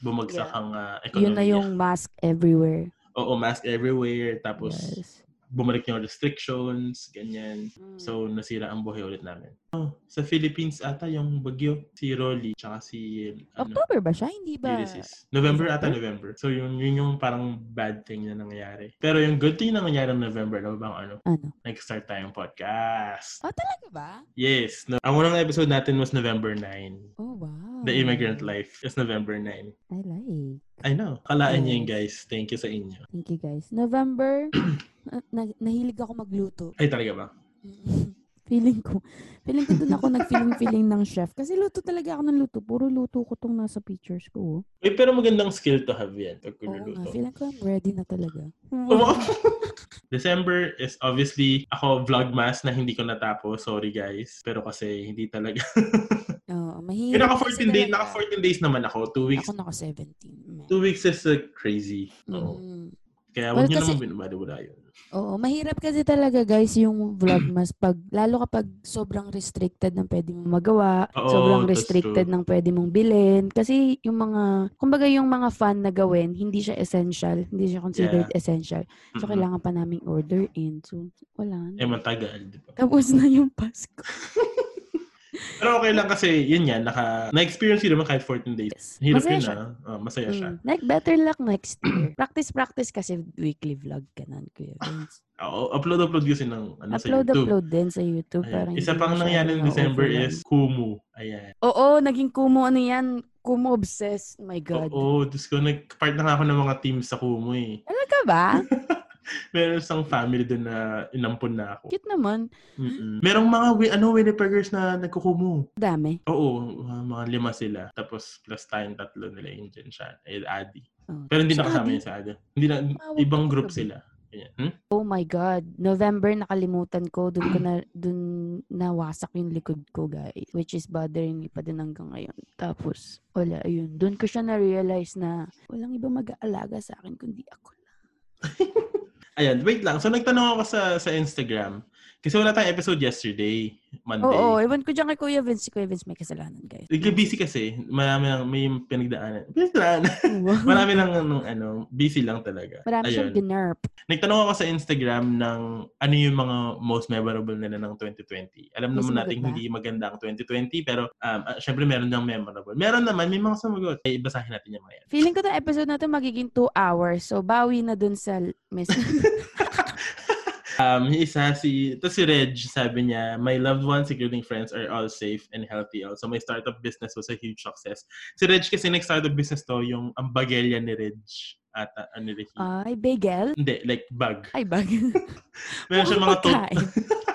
Speaker 1: bumagsak
Speaker 3: Yeah.
Speaker 1: ang ah,
Speaker 3: amazing. Yun
Speaker 1: ekonomiya.
Speaker 3: na yung mask everywhere.
Speaker 1: Oo, mask everywhere. Tapos,
Speaker 3: Yes.
Speaker 1: bumalik yung restrictions, ganyan.
Speaker 3: Mm.
Speaker 1: So, nasira ang buhay ulit namin. Oh, sa Philippines ata yung bagyo. Si Rolly, tsaka si ano,
Speaker 3: October ba siya? Hindi ba?
Speaker 1: Ulysses. November ata,
Speaker 3: October?
Speaker 1: November. So, yun, yun yung parang bad thing na nangyayari. Pero yung good thing na nangyayari ng November, ano bang ano?
Speaker 3: Ano?
Speaker 1: Nag-start tayong podcast.
Speaker 3: Oh, talaga ba?
Speaker 1: Yes. No, ang unang episode natin was November 9.
Speaker 3: Oh, wow.
Speaker 1: The Immigrant Life is November 9.
Speaker 3: I like.
Speaker 1: I know. Kalaan niyo yun,
Speaker 3: Yes.
Speaker 1: guys. Thank you sa inyo.
Speaker 3: Thank you, guys. November, na- na- nahilig ako magluto.
Speaker 1: Ay, talaga ba?
Speaker 3: feeling ko. Feeling ko doon ako nag-feeling-feeling ng chef. Kasi luto talaga ako ng luto. Puro luto ko tong nasa pictures ko. oh.
Speaker 1: Uy, pero magandang skill to have yan pag
Speaker 3: Oo nga.
Speaker 1: kululuto.
Speaker 3: Feeling ko I'm ready na talaga.
Speaker 1: December is obviously ako vlogmas na hindi ko natapos. Sorry guys. Pero kasi hindi talaga.
Speaker 3: Oo,
Speaker 1: Yung
Speaker 3: mahirap.
Speaker 1: naka
Speaker 3: kasi
Speaker 1: 14 days,
Speaker 3: talaga.
Speaker 1: naka 14 days naman ako. Two weeks.
Speaker 3: Ako naka 17.
Speaker 1: Two weeks is uh, crazy. Oo.
Speaker 3: Mm.
Speaker 1: Kaya huwag
Speaker 3: Well,
Speaker 1: nyo
Speaker 3: kasi-
Speaker 1: naman binabaliwala yun.
Speaker 3: Oo, mahirap kasi talaga guys yung vlogmas pag lalo kapag sobrang restricted ng pwede mong magawa,
Speaker 1: Oo,
Speaker 3: sobrang
Speaker 1: that's
Speaker 3: restricted
Speaker 1: true.
Speaker 3: ng pwede mong bilhin kasi yung mga kumbaga yung mga fun na gawin, hindi siya essential, hindi siya considered essential. So
Speaker 1: Mm-mm.
Speaker 3: kailangan pa naming order in. So wala.
Speaker 1: Eh,
Speaker 3: na.
Speaker 1: matagal, di ba?
Speaker 3: Tapos na yung Pasko.
Speaker 1: Pero okay lang kasi, yun yan, naka, na-experience yun naman kahit 14 days.
Speaker 3: Yes.
Speaker 1: Hirap
Speaker 3: Masaya
Speaker 1: yun,
Speaker 3: siya.
Speaker 1: ah. Ah, masaya siya.
Speaker 3: Mm. Like better luck next year. practice practice kasi weekly vlog ganun kuya. Vince.
Speaker 1: Oo, upload-upload kasi ng ano, sa
Speaker 3: Upload
Speaker 1: YouTube.
Speaker 3: upload din sa YouTube
Speaker 1: Ayan.
Speaker 3: para
Speaker 1: Isa
Speaker 3: hindi
Speaker 1: pang
Speaker 3: masyado
Speaker 1: nangyari ng December
Speaker 3: ma-overwhelm.
Speaker 1: is Kumu. Ayan.
Speaker 3: Oo, naging kumo ano yan. Kumo obsessed. My God.
Speaker 1: Oo, Diyos ko, nag-part na nga ako ng mga team sa Kumu eh.
Speaker 3: Talaga ba?
Speaker 1: Meron isang family doon na inampun na ako.
Speaker 3: Cute naman.
Speaker 1: Mm-mm. Merong mga wi- ano, Winnipegers na nagkukumu.
Speaker 3: Dami.
Speaker 1: Oo, uh, mga lima sila. Tapos plus tayong tatlo nila, Injen siya, and Adi.
Speaker 3: Oh.
Speaker 1: Pero hindi
Speaker 3: Si
Speaker 1: nakasama
Speaker 3: Adi?
Speaker 1: yun sa Adi. Hindi na,
Speaker 3: Bawal
Speaker 1: ibang
Speaker 3: ka
Speaker 1: group
Speaker 3: ba?
Speaker 1: sila. Ayan. Hmm?
Speaker 3: Oh my God. November, nakalimutan ko. Doon ko na, doon nawasak yung likod ko, guys. Which is bothering me pa din hanggang ngayon. Tapos, wala, ayun. Doon ko siya na-realize na walang iba mag-aalaga sa akin kundi ako lang.
Speaker 1: Ayan, wait lang. So nagtanong ako sa sa Instagram. Kasi wala tayong episode yesterday, Monday.
Speaker 3: Oo, ewan ko dyan kay Kuya Vince. Si Kuya Vince may kasalanan, guys.
Speaker 1: Like, busy kasi. Marami lang, may pinagdaanan. Pinagdaanan.
Speaker 3: Wow.
Speaker 1: Marami lang ng ano, busy lang talaga.
Speaker 3: Marami siyang
Speaker 1: Ayun.
Speaker 3: ginerp.
Speaker 1: Nagtanong ako sa Instagram ng ano yung mga most memorable nila ng 2020. Alam naman
Speaker 3: May sumagot
Speaker 1: natin
Speaker 3: ba?
Speaker 1: hindi maganda ang 2020 pero um, ah, syempre meron ng memorable. Meron naman, may mga sumagot. Ay, basahin natin yung mga yan.
Speaker 3: Feeling ko na episode na to magiging 2 hours. So, bawi na dun sa miss.
Speaker 1: Um, yung isa, si, to si Reg, sabi niya, my loved ones, including friends, are all safe and healthy also. My startup business was a huge success. Si Reg kasi nag-startup business to, yung ambagelya ni Reg. At ano ni Ricky.
Speaker 3: Ay, bagel?
Speaker 1: Hindi, like bag.
Speaker 3: Ay, bagel.
Speaker 1: Meron siya mga tote
Speaker 3: Pagkain.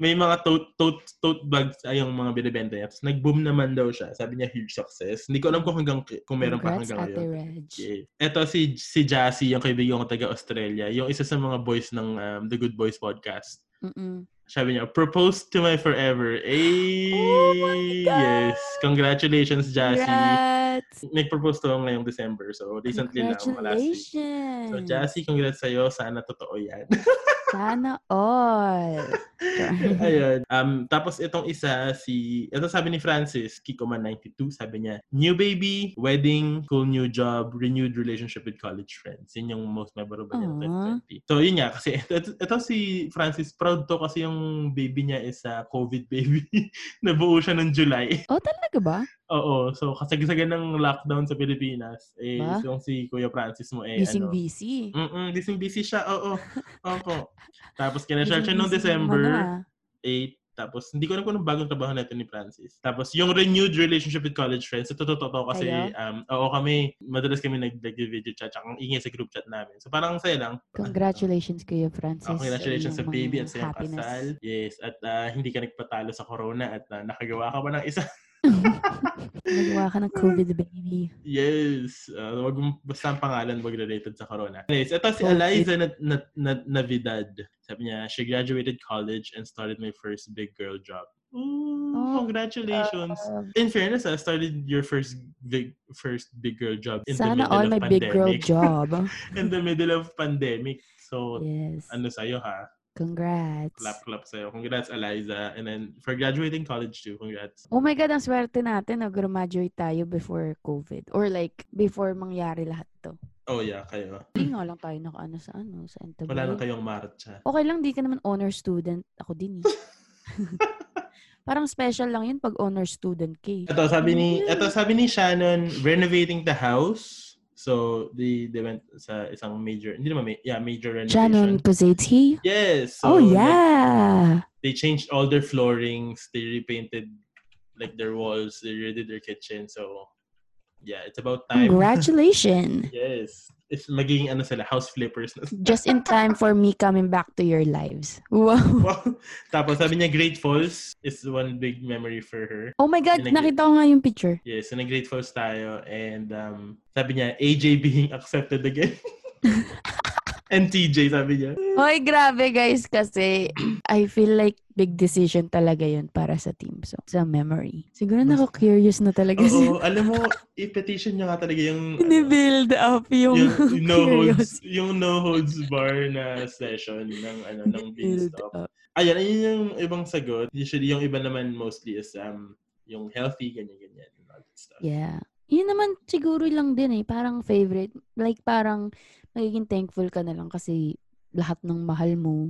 Speaker 1: may mga tote, tote, tote bags ay yung mga binibenta niya. Tapos nag-boom naman daw siya. Sabi niya, huge success. Hindi ko alam kung hanggang kung meron pa
Speaker 3: Congrats,
Speaker 1: hanggang
Speaker 3: Ate
Speaker 1: ngayon.
Speaker 3: Reg.
Speaker 1: Yeah. Ito si si Jassy, yung kaibigan ko taga Australia, yung isa sa mga boys ng um, The Good Boys podcast.
Speaker 3: Mm-mm.
Speaker 1: Sabi niya, propose to my forever. Ay!
Speaker 3: Oh my God!
Speaker 1: Yes! Congratulations, Jassy.
Speaker 3: Congrats!
Speaker 1: Nag-propose to ako ngayong December. So, recently lang, mga last week.
Speaker 3: Congratulations!
Speaker 1: So, Jassy, congrats sa'yo. Sana totoo yan.
Speaker 3: Sana all!
Speaker 1: Ayun. Um, tapos itong isa, si, ito sabi ni Francis, Kikoman92, sabi niya, new baby, wedding, cool new job, renewed relationship with college friends. Yun yung most memorable niya ng
Speaker 3: Aw.
Speaker 1: 2020. So, yun nga, kasi ito, ito- ito si Francis, proud to kasi yung baby niya is a COVID baby. Nabuo siya ng July.
Speaker 3: oh, talaga ba?
Speaker 1: Oo. So, kasagsagan ng lockdown sa Pilipinas, eh,
Speaker 3: Ba?
Speaker 1: yung si Kuya Francis mo, eh,
Speaker 3: Busy
Speaker 1: ano,
Speaker 3: busy.
Speaker 1: Mm-mm, busy busy siya, oo. Opo. Tapos kinashare siya noong
Speaker 3: Busy-busy naman,
Speaker 1: December
Speaker 3: ah.
Speaker 1: 8, Tapos, hindi ko alam kung anong bagong trabaho natin ni Francis. Tapos, yung renewed relationship with college friends, sa totoo kasi,
Speaker 3: Kayo?
Speaker 1: um, oo kami, madalas kami nag- nag-video chat, tsaka ang ingay sa group chat namin. So, parang saya lang.
Speaker 3: Congratulations kayo, Francis.
Speaker 1: Ah, congratulations sa
Speaker 3: sa inyong
Speaker 1: baby
Speaker 3: mga
Speaker 1: at sa iyong
Speaker 3: happiness.
Speaker 1: kasal. Yes, at ah, hindi ka nagpatalo sa corona at ah, nakagawa ka pa ng isa.
Speaker 3: Nagawa ka ng COVID baby.
Speaker 1: Yes. ah, wag mo- basta ang pangalan wag related sa corona. Anyways, ito si
Speaker 3: Okay.
Speaker 1: Eliza na, na, na, Navidad. Sabi niya, she graduated college and started my first big girl job. Ooh,
Speaker 3: Oh,
Speaker 1: congratulations.
Speaker 3: uh,
Speaker 1: in fairness, I started your first big first big girl job in the
Speaker 3: Sana
Speaker 1: middle
Speaker 3: all
Speaker 1: of
Speaker 3: my
Speaker 1: pandemic.
Speaker 3: big girl job.
Speaker 1: in the middle of pandemic. So,
Speaker 3: yes.
Speaker 1: ano sa'yo ha?
Speaker 3: Congrats.
Speaker 1: Clap, clap sa'yo. Congrats, Eliza. And then, for graduating college too, congrats.
Speaker 3: Oh my God, ang swerte natin na graduate tayo before COVID. Or like, before mangyari lahat to.
Speaker 1: Oh yeah, kayo.
Speaker 3: Hindi nga lang tayo nakaano sa ano, sa NWA.
Speaker 1: Wala lang kayong marcha.
Speaker 3: Okay lang, di ka naman honor student. Ako din eh. Parang special lang yun pag honor student ka eh.
Speaker 1: Ito, sabi ni, ito, sabi ni Shannon, renovating the house. So, they, they went sa isang major, hindi naman, ma- yeah, major
Speaker 3: Shannon
Speaker 1: renovation.
Speaker 3: Kuzetski.
Speaker 1: Yes.
Speaker 3: oh
Speaker 1: So,
Speaker 3: yeah!
Speaker 1: they changed all their floorings. They repainted like their walls. They redid their kitchen. So, yeah, it's about time.
Speaker 3: Congratulations!
Speaker 1: yes. It's magiging ano sila, house flippers. na sila.
Speaker 3: Just in time for me coming back to your lives. Wow!
Speaker 1: Tapos sabi niya, Great Falls is one big memory for her.
Speaker 3: Oh my God,
Speaker 1: Nag-
Speaker 3: nakita ko nga yung picture.
Speaker 1: Yes, so nag-Great Falls tayo and um, sabi niya, AJ being accepted again. and TJ, sabi niya.
Speaker 3: Hoy, grabe guys kasi I feel like big decision talaga yun para sa team. So, sa memory. Siguro
Speaker 1: Basta-
Speaker 3: nako-curious na talaga siya.
Speaker 1: Oo, alam mo, i-petition niya nga talaga yung... ano,
Speaker 3: Ni-build up yung,
Speaker 1: yung no holds
Speaker 3: curiosity.
Speaker 1: yung no holds bar na session ng ano ng
Speaker 3: Build
Speaker 1: Beanstalk.
Speaker 3: up.
Speaker 1: Ayun, ayun yung ibang sagot. Usually yung iba naman mostly is um yung healthy ganyan ganyan and all that stuff.
Speaker 3: Yeah. Yun naman siguro lang din eh. Parang favorite. Like parang magiging thankful ka na lang kasi lahat ng mahal mo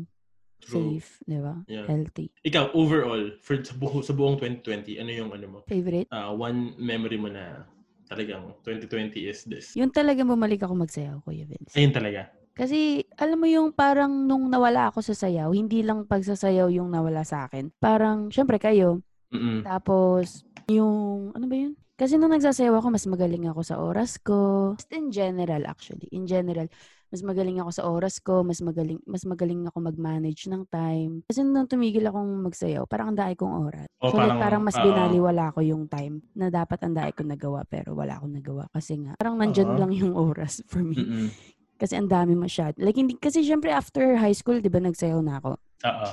Speaker 1: True.
Speaker 3: safe, di ba?
Speaker 1: Yeah.
Speaker 3: Healthy.
Speaker 1: Ikaw overall for sa, buho, sa buong 2020, ano yung ano mo?
Speaker 3: Favorite?
Speaker 1: Ah, one memory mo na talagang 2020 is this.
Speaker 3: Yun talaga bumalik ako magsayaw, Kuya Vince.
Speaker 1: Ayun talaga.
Speaker 3: Kasi alam mo yung parang nung nawala ako sa sayaw, hindi lang pagsasayaw yung nawala sa akin. Parang, syempre kayo.
Speaker 1: Mm.
Speaker 3: Tapos, yung, ano ba yun? Kasi nung nagsasayaw ako, mas magaling ako sa oras ko. Just in general, actually. In general, mas magaling ako sa oras ko, mas magaling, mas magaling ako mag-manage ng time. Kasi nung tumigil akong magsayaw, parang ang daay kong oras.
Speaker 1: O, ah,
Speaker 3: so, like, parang mas
Speaker 1: oo.
Speaker 3: binaliwala ko yung time na dapat ang daay kong nagawa, pero wala akong nagawa. Kasi nga, parang nandyan
Speaker 1: Oo.
Speaker 3: lang yung oras for me.
Speaker 1: Mm-mm.
Speaker 3: Kasi ang dami masyad. Like, hindi, kasi syempre after high school, di ba, nagsayaw na ako.
Speaker 1: Oo.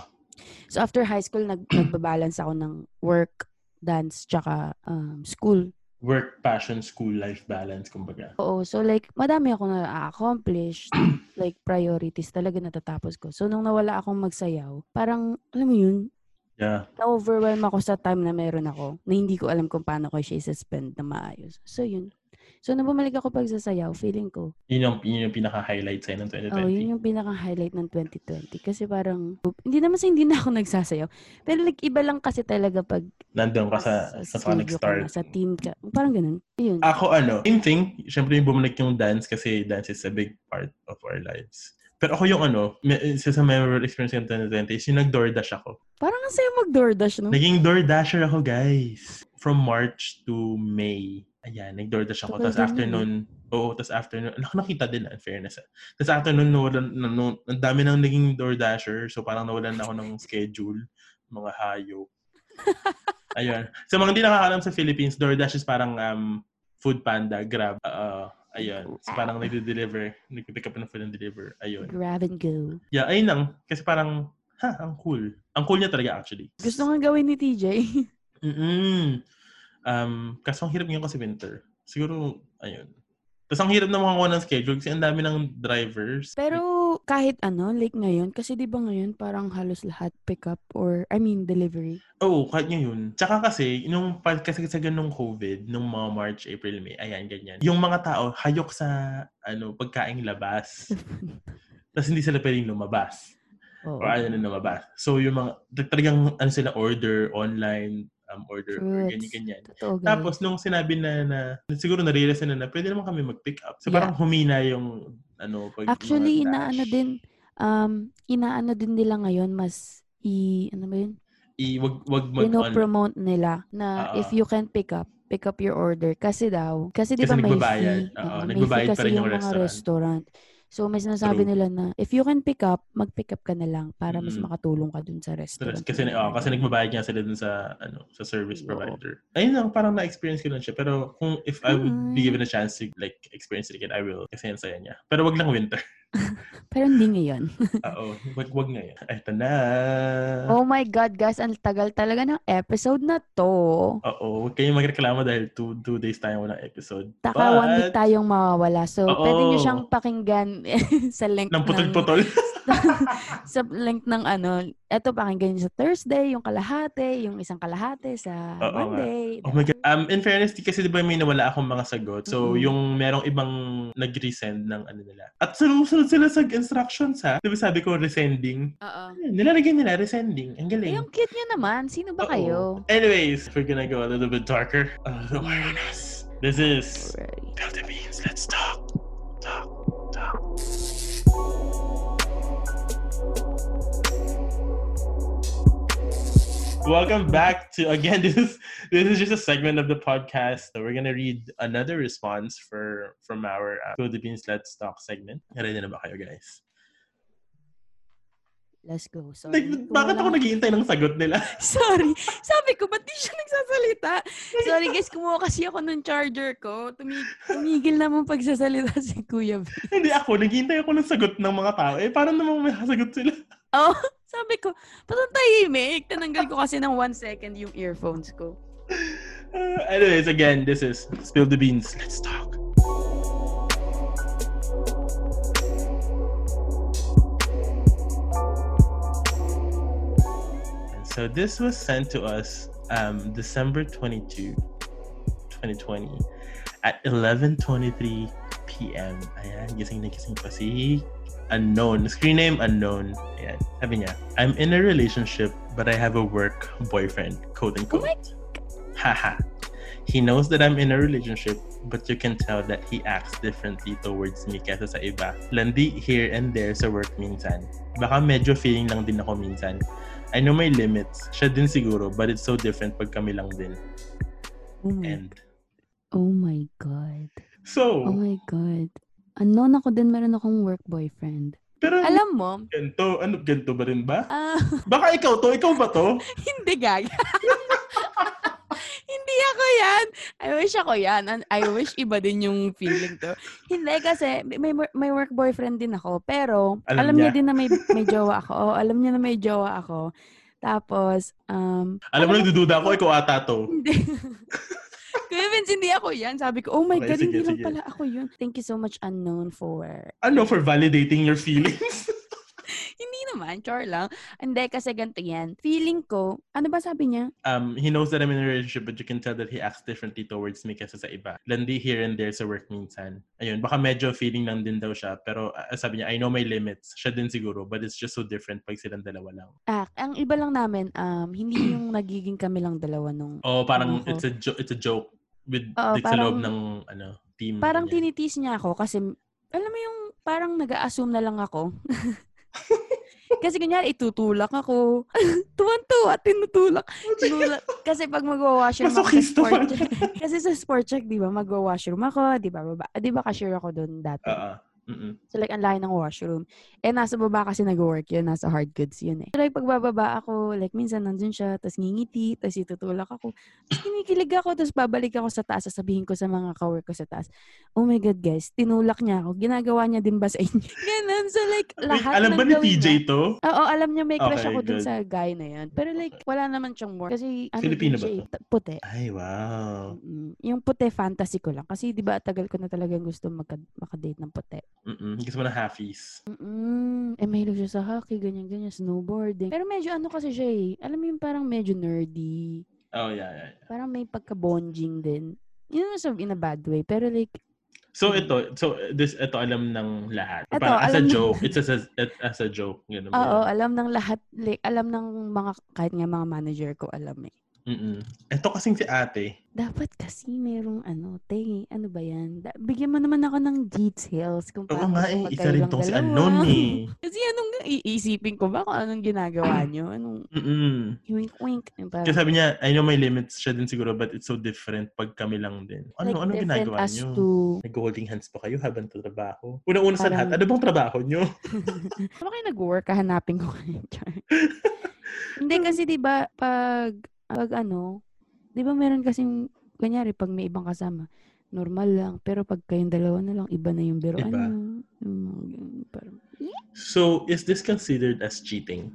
Speaker 3: So, after high school, nag, nagbabalance ako ng work, dance, tsaka um, school.
Speaker 1: Work, passion, school life balance kumbaga.
Speaker 3: Oo. So, like, madami ako na accomplish like, priorities talaga natatapos ko. So, nung nawala akong magsayaw, parang, alam mo yun,
Speaker 1: Yeah.
Speaker 3: na-overwhelm ako sa time na meron ako na hindi ko alam kung paano ko siya i-suspend na maayos. So, yun. So, nung bumalik ako pagsasayaw, feeling ko,
Speaker 1: Yun yung, yun yung pinaka-highlight sa'yo ng 2020.
Speaker 3: Oh, yun yung pinaka-highlight ng 2020. Kasi parang, hindi naman sa hindi na ako nagsasayaw. Pero like, iba lang kasi talaga pag
Speaker 1: Nandun ka sa, sa, Sonic
Speaker 3: studio ka
Speaker 1: Star.
Speaker 3: na, sa team ka. Parang ganun. Yun.
Speaker 1: Ako ano, same thing. Siyempre yung bumalik yung dance kasi dance is a big part of our lives. Pero ako yung ano, me- isa sa memorable experience ng 2020 is yung nag-DoorDash ako.
Speaker 3: parang ang saya mag-DoorDash, no?
Speaker 1: Naging DoorDasher ako, guys. From March to May. Ayan, nag-DoorDash ako. Tapos
Speaker 3: Tagal din yun,
Speaker 1: afternoon, oo, tapos afternoon, ano, nakita din, in fairness. ah. Tapos afternoon, nawalan, na- no- ang dami nang naging DoorDasher. So parang nawalan ako ng schedule. Mga hayop. Ayan. Sa mga hindi nakakaalam sa Philippines, DoorDash is parang um, food panda, grab. Uh, ayan. So parang nagde-deliver. Nagpipick up ng food and deliver. Ayun.
Speaker 3: Grab and go.
Speaker 1: Yeah, ayun lang. Kasi parang, ha, ang cool. Ang cool niya talaga actually.
Speaker 3: Gusto nga gawin ni TJ.
Speaker 1: Mm-mm. Um, kaso ang hirap ngayon kasi winter. Siguro, ayun. Tapos ang hirap na makakuha ng schedule kasi ang dami ng drivers.
Speaker 3: Pero kahit ano, like ngayon, kasi di ba ngayon parang halos lahat pick up or, I mean, delivery.
Speaker 1: Oo, oh, kahit ngayon. Tsaka kasi, nung pa- kasi sa ganung COVID, nung mga March, April, May, ayan, ganyan. Yung mga tao, hayok sa ano pagkaing labas. Tapos hindi sila pwedeng lumabas. O
Speaker 3: Oo.
Speaker 1: ayaw ano na lumabas. So yung mga, talagang ano sila, order online, um, order,
Speaker 3: True,
Speaker 1: order,
Speaker 3: it's-
Speaker 1: ganyan-ganyan.
Speaker 3: Totoo, guys.
Speaker 1: Tapos nung sinabi na na siguro na-realize na na pwede naman kami mag-pick up. So
Speaker 3: Yeah.
Speaker 1: parang humina yung ano pag
Speaker 3: Actually,
Speaker 1: mga dash.
Speaker 3: inaano din, um, inaano din nila ngayon mas i, ano ba yun?
Speaker 1: i- wag, wag mag ano.
Speaker 3: pinopromote nila na
Speaker 1: Oo.
Speaker 3: if you can pick up, pick up your order. Kasi daw, kasi di
Speaker 1: Kasi
Speaker 3: ba may
Speaker 1: nagbabayad.
Speaker 3: fee?
Speaker 1: Oo,
Speaker 3: Oo, may
Speaker 1: nagbabayad
Speaker 3: fee
Speaker 1: pa rin
Speaker 3: kasi
Speaker 1: yung restaurant.
Speaker 3: restaurant. So, may sinasabi
Speaker 1: True.
Speaker 3: nila na, if you can pick up, mag-pick up ka na lang para mas
Speaker 1: Mm.
Speaker 3: makatulong ka dun sa restaurant.
Speaker 1: Kasi, oh, kasi nagbabayad nga sila dun sa, ano, sa service
Speaker 3: Oo.
Speaker 1: provider. Ayun lang, parang na-experience ko lang siya. Pero kung if I would be
Speaker 3: Mm.
Speaker 1: given a chance to, like, experience it again, I will. Kasi yan saya niya. Pero wag lang winter.
Speaker 3: Pero hindi ngayon.
Speaker 1: Oo. Wag, wag ngayon. Ay, ito na.
Speaker 3: oh my God, guys, ang tagal talaga ng episode na to.
Speaker 1: Oo. Huwag kayong magreklamo dahil two, two days tayo walang episode.
Speaker 3: Taka one week
Speaker 1: But,
Speaker 3: tayong mawawala. So,
Speaker 1: Oo.
Speaker 3: pwede nyo siyang pakinggan sa link
Speaker 1: nang putol-putol.
Speaker 3: sa link ng ano, eto pakinggan nyo sa Thursday, yung kalahati, yung isang kalahati sa
Speaker 1: Oo nga.
Speaker 3: Monday.
Speaker 1: Oh my God. Um, in fairness, di kasi di ba may nawala akong mga sagot. So,
Speaker 3: Mhm.
Speaker 1: yung merong ibang nag-resend ng ano nila. At sumusunod sila sa instructions ha. Di ba sabi ko, resending?
Speaker 3: Oo.
Speaker 1: Ayun, Nilalagay nila, resending. Ang galing.
Speaker 3: Ay, ang Eh, cute nyo naman. Sino ba
Speaker 1: Oo.
Speaker 3: kayo?
Speaker 1: Anyways, we're gonna go a little bit darker. A little more honest. This is Tell the Beans. Let's talk. Talk. Talk. Welcome back to again. This is this is just a segment of the podcast. So we're gonna read another response for from our uh, Philippines Let's Talk segment. Ready na ba kayo guys?
Speaker 3: Let's go.
Speaker 1: Like,
Speaker 3: Sorry. Kung
Speaker 1: bakit ako
Speaker 3: walang-
Speaker 1: naghihintay ng sagot nila?
Speaker 3: Sorry. Sabi ko, ba't di siya nagsasalita? Sorry guys, kumuha kasi ako ng charger ko. Tumig- tumigil naman pagsasalita si Kuya B.
Speaker 1: Hindi ako, naghihintay ako ng sagot ng mga tao. Eh, parang namang may sagot sila.
Speaker 3: Oh, sabi ko, ba't ang tahimik? Tinanggal ko kasi ng one second yung earphones ko.
Speaker 1: Uh, anyways, again, this is Spill the Beans. Let's talk. And so this was sent to us um, December 22, 2020 at 11.23 p.m. Ayan, gising na gising pa si unknown. Screen name unknown. Ayan, sabi niya, I'm in a relationship but I have a work boyfriend, quote unquote. Haha. He knows that I'm in a relationship, but you can tell that he acts differently towards me kaysa sa iba. Landi here and there sa work minsan. Baka medyo feeling lang din ako minsan. I know my limits. Siya din siguro, but it's so different pag kami lang din.
Speaker 3: Oh my,
Speaker 1: And
Speaker 3: oh my God. Oh
Speaker 1: so,
Speaker 3: my God. Ano na ko din meron akong work boyfriend.
Speaker 1: pero
Speaker 3: Alam mo,
Speaker 1: ganito, ano, ganito ba rin ba?
Speaker 3: ah,
Speaker 1: Baka ikaw to, ikaw ba to?
Speaker 3: hindi gaga. hindi ako yan. I wish ako yan. And I wish iba din yung feeling to. Hindi kasi may wor- may work boyfriend din ako. Pero
Speaker 1: Alam
Speaker 3: alam, niya.
Speaker 1: niya.
Speaker 3: din na may may jowa ako. Oo, alam niya na may jowa ako. Tapos um
Speaker 1: Alam mo, nagdududa ako, ikaw ata to.
Speaker 3: hindi. Kuya Vince, hindi ako yan. Sabi ko, oh my
Speaker 1: Okay,
Speaker 3: God, hindi
Speaker 1: sige,
Speaker 3: lang
Speaker 1: sige.
Speaker 3: pala ako yun. Thank you so much, Unknown, for
Speaker 1: Ano, for validating your feelings?
Speaker 3: Hindi naman, char lang. Hindi, kasi ganito yan. Feeling ko, ano ba sabi niya?
Speaker 1: um, he knows that I'm in a relationship, but you can tell that he acts differently towards me kaysa sa iba. Landi here and there sa work minsan. Ayun, baka medyo feeling lang din daw siya. Pero ah, sabi niya, I know my limits. Siya din siguro, but it's just so different pag silang dalawa lang.
Speaker 3: Ah, ang iba lang namin, um, hindi yung nagiging kami lang dalawa nung...
Speaker 1: Oh, parang
Speaker 3: Ako.
Speaker 1: it's a, jo- it's a joke with
Speaker 3: Oo,
Speaker 1: like, sa loob
Speaker 3: parang-
Speaker 1: ng ano, team.
Speaker 3: Parang
Speaker 1: ganyan.
Speaker 3: tinitis niya ako kasi, alam mo yung parang nag assume na lang ako. kasi kunyari, itutulak ako. Tuwan-tuwa, tinutulak.
Speaker 1: Oh,
Speaker 3: Tinulak. Kasi pag mag-washroom ako sa
Speaker 1: Masokista
Speaker 3: sport
Speaker 1: pala.
Speaker 3: check. kasi sa sport check, di ba, mag-washroom ako, di ba, baba, di ba cashier ako doon dati.
Speaker 1: Oo. Mm-mm.
Speaker 3: So like, ang layo ng washroom. Eh, nasa baba kasi nag-work yun. Nasa hard goods yun eh. So like, pagbababa ako, like, minsan nandun siya, tapos ngingiti, tapos itutulak ako. Tapos kinikilig ako, tapos babalik ako sa taas, sasabihin ko sa mga kawork ko sa taas, oh my God, guys, tinulak niya ako. Ginagawa niya din ba sa inyo? Ganun. So like,
Speaker 1: Wait,
Speaker 3: lahat
Speaker 1: alam
Speaker 3: ng
Speaker 1: ba ni
Speaker 3: gawin
Speaker 1: TJ
Speaker 3: niya-
Speaker 1: to?
Speaker 3: Oo, alam niya may crush
Speaker 1: Okay,
Speaker 3: ako dun
Speaker 1: good.
Speaker 3: sa guy na yan. Pero like, wala naman siyang work. Kasi, ano,
Speaker 1: Filipino ba
Speaker 3: DJ,
Speaker 1: to?
Speaker 3: ta- Puti.
Speaker 1: Ay, wow.
Speaker 3: Mm, Yung puti, fantasy ko lang. Kasi, di ba, tagal ko na talagang gusto magka- makadate ng puti.
Speaker 1: Mm-mm. Gusto mo ng halfies.
Speaker 3: Mm, eh, mahilig siya sa hockey, ganyan-ganyan, snowboarding. Pero medyo ano kasi siya eh. Alam mo yung parang medyo nerdy.
Speaker 1: Oh, yeah, yeah. yeah.
Speaker 3: Parang may pagka-bonging din. You know, so in a bad way. Pero like,
Speaker 1: So ito, so this ito alam ng lahat.
Speaker 3: Ito,
Speaker 1: Parang as a
Speaker 3: alam ng-
Speaker 1: joke, it's as a, as a joke, ganun. ba
Speaker 3: oo,
Speaker 1: yun?
Speaker 3: alam ng lahat. Like, alam ng mga, kahit nga mga manager ko, alam eh.
Speaker 1: Mm-mm. Ito kasing si ate.
Speaker 3: Dapat kasi merong ano, te, ano ba yan? Da- bigyan mo naman ako ng details kung
Speaker 1: Oo
Speaker 3: paano
Speaker 1: nga
Speaker 3: sa
Speaker 1: eh, isa rin
Speaker 3: pagkailang
Speaker 1: tong si
Speaker 3: dalawa.
Speaker 1: Anon eh.
Speaker 3: Kasi anong iisipin ko ba kung anong ginagawa nyo? Anong
Speaker 1: Mm-mm.
Speaker 3: wink-wink?
Speaker 1: Kasi sabi niya, I know may limits siya din siguro but it's so different pag kami lang din. Ano, ano ginagawa
Speaker 3: as
Speaker 1: niyo?
Speaker 3: to...
Speaker 1: Nag-holding hands pa kayo habang trabaho? Una-una sa
Speaker 3: Parang-
Speaker 1: lahat, ano bang trabaho niyo?
Speaker 3: Ano kayo nag-work? Kahanapin ko kayo. Char. Hindi
Speaker 1: Hmm.
Speaker 3: kasi 'di ba pag pag ano, 'di ba meron kasing kunyari pag may ibang kasama, normal lang. Pero pag kayong dalawa na lang, iba na yung biro.
Speaker 1: Iba.
Speaker 3: Ano? yung mga ganun, parang-
Speaker 1: So, is this considered as cheating?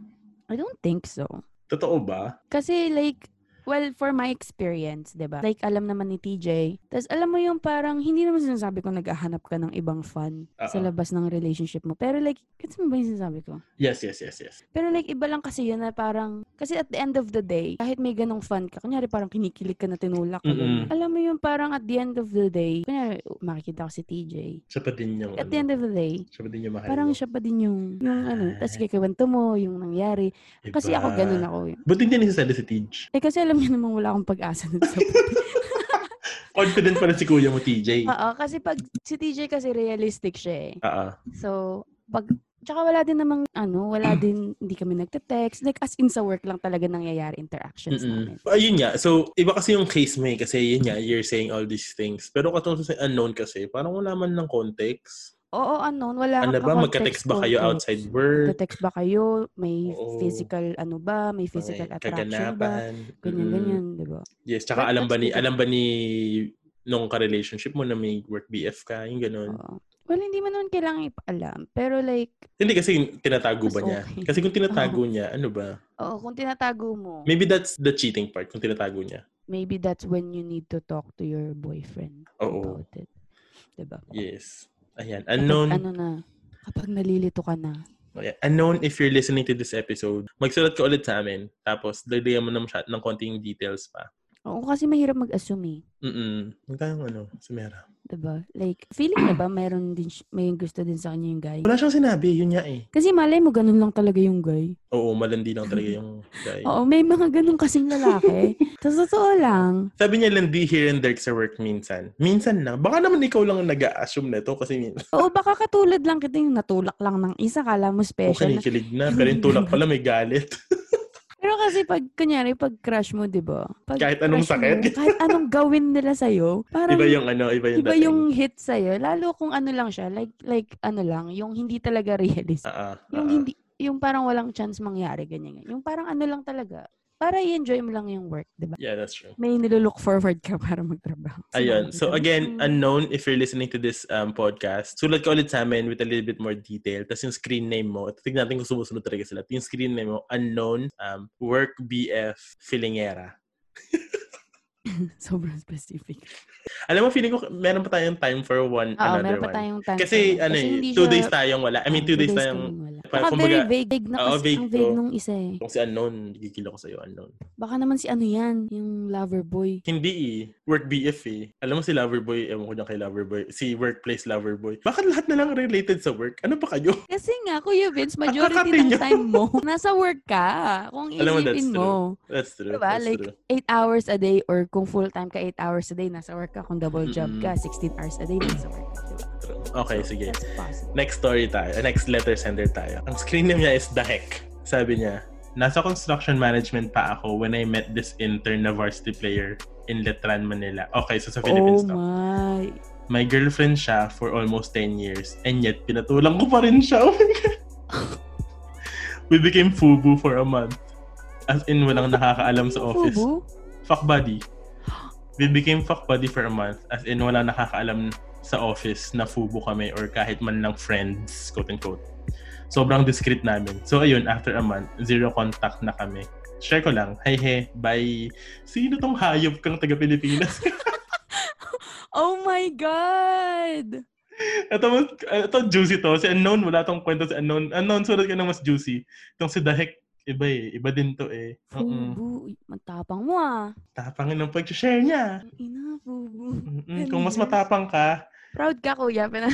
Speaker 3: I don't think so.
Speaker 1: Totoo ba?
Speaker 3: Kasi like, well, for my experience, 'di ba? Like, alam naman ni TJ. Tapos alam mo yung parang, hindi naman sinasabi ko naghahanap ka ng ibang fun sa
Speaker 1: Oo.
Speaker 3: labas ng relationship mo. Pero like, gets mo ba yung sinasabi ko?
Speaker 1: Yes, yes, yes, yes.
Speaker 3: Pero like, iba lang kasi yun na parang, kasi at the end of the day, kahit may ganong fun ka, kunyari parang kinikilig ka na tinulak ka,
Speaker 1: Mm-mm.
Speaker 3: ganun. alam mo yung parang at the end of the day, kunyari makikita ko si TJ,
Speaker 1: Siya pa din yung,
Speaker 3: at the
Speaker 1: ano,
Speaker 3: end of the day,
Speaker 1: siya pa din yung mahal
Speaker 3: parang
Speaker 1: mo.
Speaker 3: siya pa din yung, yung ano,
Speaker 1: Ah.
Speaker 3: tapos kikiwento mo, yung nangyari. Kasi ako,
Speaker 1: Iba.
Speaker 3: ganun ako yun.
Speaker 1: Buti hindi nasasali si Tej.
Speaker 3: Eh kasi alam niyo namang wala akong pag-asa nun sa
Speaker 1: Confident pa rin si kuya mo, TJ.
Speaker 3: Oo, kasi pag si TJ kasi realistic siya eh.
Speaker 1: Oo.
Speaker 3: So, pag, tsaka wala din namang, ano,
Speaker 1: Mm.
Speaker 3: wala din, hindi kami nagte-text. Like, as in sa work lang talaga nangyayari interactions namin.
Speaker 1: Mm-mm. Ayun nga. So, iba kasi yung case may kasi yun nga, you're saying all these things. Pero katulad sa unknown kasi, parang wala man ng context.
Speaker 3: Oo, unknown. Wala
Speaker 1: Ano
Speaker 3: kang
Speaker 1: ba,
Speaker 3: ka-context,
Speaker 1: magka-text ba kayo
Speaker 3: context.
Speaker 1: outside work?
Speaker 3: Magka-text ba kayo? May
Speaker 1: Oo.
Speaker 3: physical ano ba? May
Speaker 1: Mga
Speaker 3: physical attraction ba?
Speaker 1: Kaganapan. Mm-hmm.
Speaker 3: Ganyan,
Speaker 1: Mm-mm.
Speaker 3: ganyan, di ba?
Speaker 1: Yes, tsaka
Speaker 3: That-
Speaker 1: alam ba ni,
Speaker 3: that's different.
Speaker 1: alam ba ni nung ka-relationship mo na may work BF ka, yung ganun.
Speaker 3: Oo. Well, hindi mo naman kailangan ipaalam. Pero like,
Speaker 1: Hindi kasi tinatago
Speaker 3: Mas
Speaker 1: ba niya?
Speaker 3: okay.
Speaker 1: Kasi kung tinatago niya, ano ba?
Speaker 3: oo, kung tinatago mo,
Speaker 1: Maybe that's the cheating part, kung tinatago niya.
Speaker 3: maybe that's when you need to talk to your boyfriend
Speaker 1: Oo.
Speaker 3: about it. Di ba?
Speaker 1: Yes. Ayan.
Speaker 3: Kapag
Speaker 1: Unknown.
Speaker 3: Ano na, kapag nalilito ka na,
Speaker 1: Ayan. Unknown if you're listening to this episode, magsulat ka ulit sa amin. Tapos, lagdayan mo ng, shot ng konting details pa.
Speaker 3: oo, kasi mahirap mag-assume eh.
Speaker 1: Mm-mm. Huwag tayong ano, sumera.
Speaker 3: Di ba? Like, feeling na ba mayroon din, si- may gusto din sa kanya yung guy?
Speaker 1: Wala siyang sinabi, yun nga eh.
Speaker 3: Kasi malay mo, ganun lang talaga yung guy.
Speaker 1: Oo, malandi lang talaga yung guy.
Speaker 3: Oo, may mga ganun kasing lalaki. Sa totoo lang,
Speaker 1: Sabi niya landi here and there sa work minsan. Minsan lang. Baka naman ikaw lang ang nag-a-assume na to kasi minsan
Speaker 3: Oo, baka katulad lang kita yung natulak lang ng isa, kala mo special. na.
Speaker 1: kinikilig na. Pero yung tulak pala may galit.
Speaker 3: Pero kasi pag, kunyari, pag crush mo, di ba? Pag
Speaker 1: Kahit anong
Speaker 3: crush
Speaker 1: sakit.
Speaker 3: Mo, kahit anong gawin nila sa'yo, parang
Speaker 1: Iba yung ano, iba yung
Speaker 3: iba
Speaker 1: dating.
Speaker 3: yung hit sa'yo. Lalo kung ano lang siya, like, like ano lang, yung hindi talaga realist.
Speaker 1: Ah, ah,
Speaker 3: Yung
Speaker 1: ah.
Speaker 3: hindi, yung parang walang chance mangyari, ganyan. ganyan. Yung parang ano lang talaga. Para i-enjoy mo lang yung work, di ba?
Speaker 1: Yeah, that's true.
Speaker 3: May nilulook forward ka para magtrabaho.
Speaker 1: Ayun. So again,
Speaker 3: ano?
Speaker 1: unknown if you're listening to this um, podcast. Sulat ka ulit sa amin with a little bit more detail. Tapos yung screen name mo, tignan natin kung sumusunod talaga sila. Yung screen name mo, unknown um, work BF Filingera.
Speaker 3: Sobrang specific.
Speaker 1: Alam mo, feeling ko, meron pa tayong time for one
Speaker 3: Oo,
Speaker 1: another
Speaker 3: meron pa
Speaker 1: one.
Speaker 3: tayong time.
Speaker 1: Kasi,
Speaker 3: for-
Speaker 1: ano eh,
Speaker 3: hindi
Speaker 1: two
Speaker 3: siya- ah,
Speaker 1: days tayong wala. I mean, two days tayong,
Speaker 3: kaming wala.
Speaker 1: Parang
Speaker 3: Baka
Speaker 1: kumbaga-
Speaker 3: very vague. Vague na
Speaker 1: Oo,
Speaker 3: kasi.
Speaker 1: vague
Speaker 3: ang vague
Speaker 1: to.
Speaker 3: nung isa eh.
Speaker 1: kung si unknown, gigil ako sa'yo, unknown.
Speaker 3: Baka naman si ano yan, yung lover boy.
Speaker 1: Hindi eh. Work BF eh. Alam mo si Loverboy, ewan ko dyan kay Loverboy, si Workplace Loverboy. Bakit lahat na lang related sa work? Ano pa kayo?
Speaker 3: Kasi nga, Kuya Vince, majority
Speaker 1: Kakate
Speaker 3: ng
Speaker 1: niyo.
Speaker 3: time mo, nasa work ka. Kung
Speaker 1: Alam mo, that's
Speaker 3: isipin mo.
Speaker 1: That's true.
Speaker 3: Diba?
Speaker 1: That's
Speaker 3: Like,
Speaker 1: true.
Speaker 3: 8 hours a day or kung full-time ka, 8 hours a day, nasa work ka. Kung double job ka, 16 hours a day, nasa work ka. Diba?
Speaker 1: true. Okay, sige.
Speaker 3: That's possible.
Speaker 1: Next story tayo. Next letter sender tayo. Ang screen name niya is Dahek. Sabi niya, Nasa construction management pa ako when I met this intern na varsity player in Letran, Manila. Okay, so sa
Speaker 3: Oh
Speaker 1: Philippines to.
Speaker 3: my.
Speaker 1: My girlfriend siya for almost 10 years and yet pinatulang ko pa rin siya. Oh my God. We became FUBU for a month. As in, walang nakakaalam sa office.
Speaker 3: Fubu?
Speaker 1: Fuck buddy. We became fuck buddy for a month. As in, walang nakakaalam sa office na FUBU kami or kahit man lang friends, quote-unquote. Sobrang discreet namin. So, ayun, after a month, zero contact na kami. Share ko lang. Hey, hey, bye. Sino tong hayop kang taga-Pilipinas?
Speaker 3: Oh my God!
Speaker 1: Ito, mas, ito juicy to. Si Unknown, wala tong kwento si Unknown. Unknown, sulat ka ng mas juicy. Itong si Dahek, iba eh. Iba din to eh. Mm-mm.
Speaker 3: Fubu. Uy, Matapang mo ah.
Speaker 1: Tapangin ng pag-share niya.
Speaker 3: Ang Ina, Fubu.
Speaker 1: Mm-mm. Kung mas
Speaker 3: Ganun.
Speaker 1: matapang ka,
Speaker 3: Proud ka, Kuya. Pina-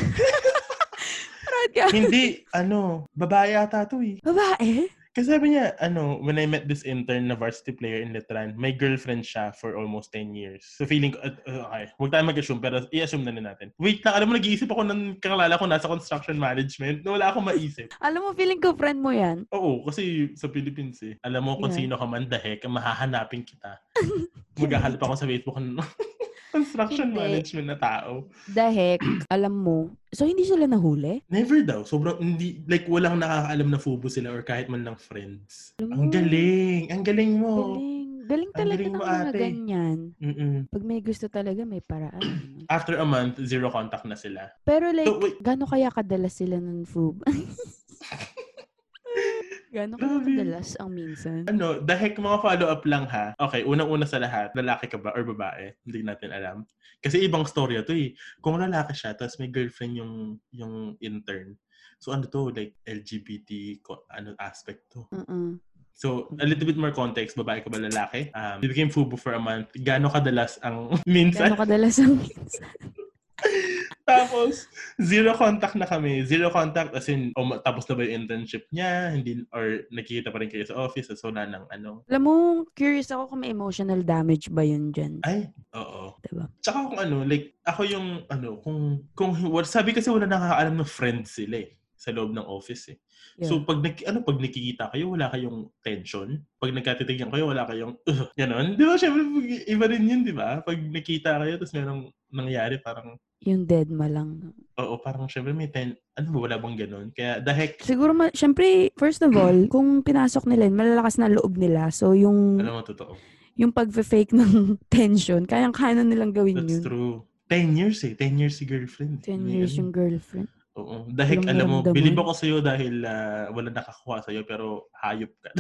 Speaker 3: Proud ka.
Speaker 1: hindi, ano, babae ata to eh.
Speaker 3: Babae?
Speaker 1: Kasi sabi niya, ano, when I met this intern na varsity player in Letran, may girlfriend siya for almost 10 years. So feeling ko, at- uh, okay, huwag tayo mag-assume, pero i-assume na rin natin. Wait lang, alam mo, nag-iisip ako ng kakalala ko nasa construction management na wala akong maisip.
Speaker 3: Alam mo, feeling ko friend mo yan.
Speaker 1: Oo, kasi sa Philippines eh, alam mo kung
Speaker 3: Yeah.
Speaker 1: sino ka man the heck, mahahanapin kita. Maghahalap ako sa Facebook ng construction
Speaker 3: Hindi.
Speaker 1: management na tao.
Speaker 3: The heck, alam mo. So, hindi sila nahuli?
Speaker 1: Never daw. Sobrang hindi, like walang nakakaalam na fubo sila or kahit man lang friends.
Speaker 3: Alam
Speaker 1: Ang
Speaker 3: mo.
Speaker 1: galing! Ang galing mo!
Speaker 3: Galing. Galing
Speaker 1: Ang
Speaker 3: talaga
Speaker 1: galing
Speaker 3: ng
Speaker 1: mo,
Speaker 3: mga
Speaker 1: ate.
Speaker 3: ganyan.
Speaker 1: Mm-mm.
Speaker 3: Pag may gusto talaga, may paraan. ano.
Speaker 1: After a month, zero contact na sila.
Speaker 3: Pero like,
Speaker 1: So, wait.
Speaker 3: gaano kaya kadalas sila ng foob? gaano kaya
Speaker 1: Grabe.
Speaker 3: kadalas ang minsan?
Speaker 1: Ano, the heck mga follow-up lang ha. Okay, unang-una sa lahat, lalaki ka ba or babae? Hindi natin alam. Kasi ibang storya to eh. Kung lalaki siya, tapos may girlfriend yung, yung intern. So ano to, like LGBT co- ano aspect to.
Speaker 3: Uh-uh.
Speaker 1: So, a little bit more context, babae ka ba lalaki? Um, you became FUBU for a month. Gano'ng kadalas ang minsan?
Speaker 3: Gaano kadalas ang minsan?
Speaker 1: Tapos, zero contact na kami. Zero contact as in, o, ma- tapos na ba yung internship niya? Hindi, or nakikita pa rin kayo sa office. So, wala nang ano.
Speaker 3: Alam mo, curious ako kung may emotional damage ba yun dyan.
Speaker 1: Ay, oo.
Speaker 3: Diba?
Speaker 1: Tsaka kung ano, like, ako yung, ano, kung, kung, wal- sabi kasi wala nakakaalam ng friends sila eh sa loob ng office eh.
Speaker 3: Yeah.
Speaker 1: So pag nag, ano pag nakikita kayo wala kayong tension. Pag nagkatitigyan kayo wala kayong "Ugh," ganon. Di ba syempre pag- iba rin yun, di ba? Pag nakita kayo tapos merong nangyari parang
Speaker 3: Yung dead ma lang.
Speaker 1: oo, parang syempre may ten, ano ba wala bang ganon? Kaya the heck
Speaker 3: Siguro, ma- syempre, first of all, kung pinasok nila, yun, malalakas na ang loob nila. So, yung,
Speaker 1: Alam mo, totoo.
Speaker 3: yung pag-fake ng tension, kayang-kaya na nilang gawin
Speaker 1: That's
Speaker 3: yun.
Speaker 1: true. 10 years eh. 10 years si girlfriend.
Speaker 3: 10
Speaker 1: May
Speaker 3: years
Speaker 1: ano.
Speaker 3: yung girlfriend.
Speaker 1: Oo. Dahil
Speaker 3: Walang
Speaker 1: alam mo,
Speaker 3: naramdaman.
Speaker 1: bilib ako sa'yo dahil ah, wala nakakuha sa'yo pero hayop ka.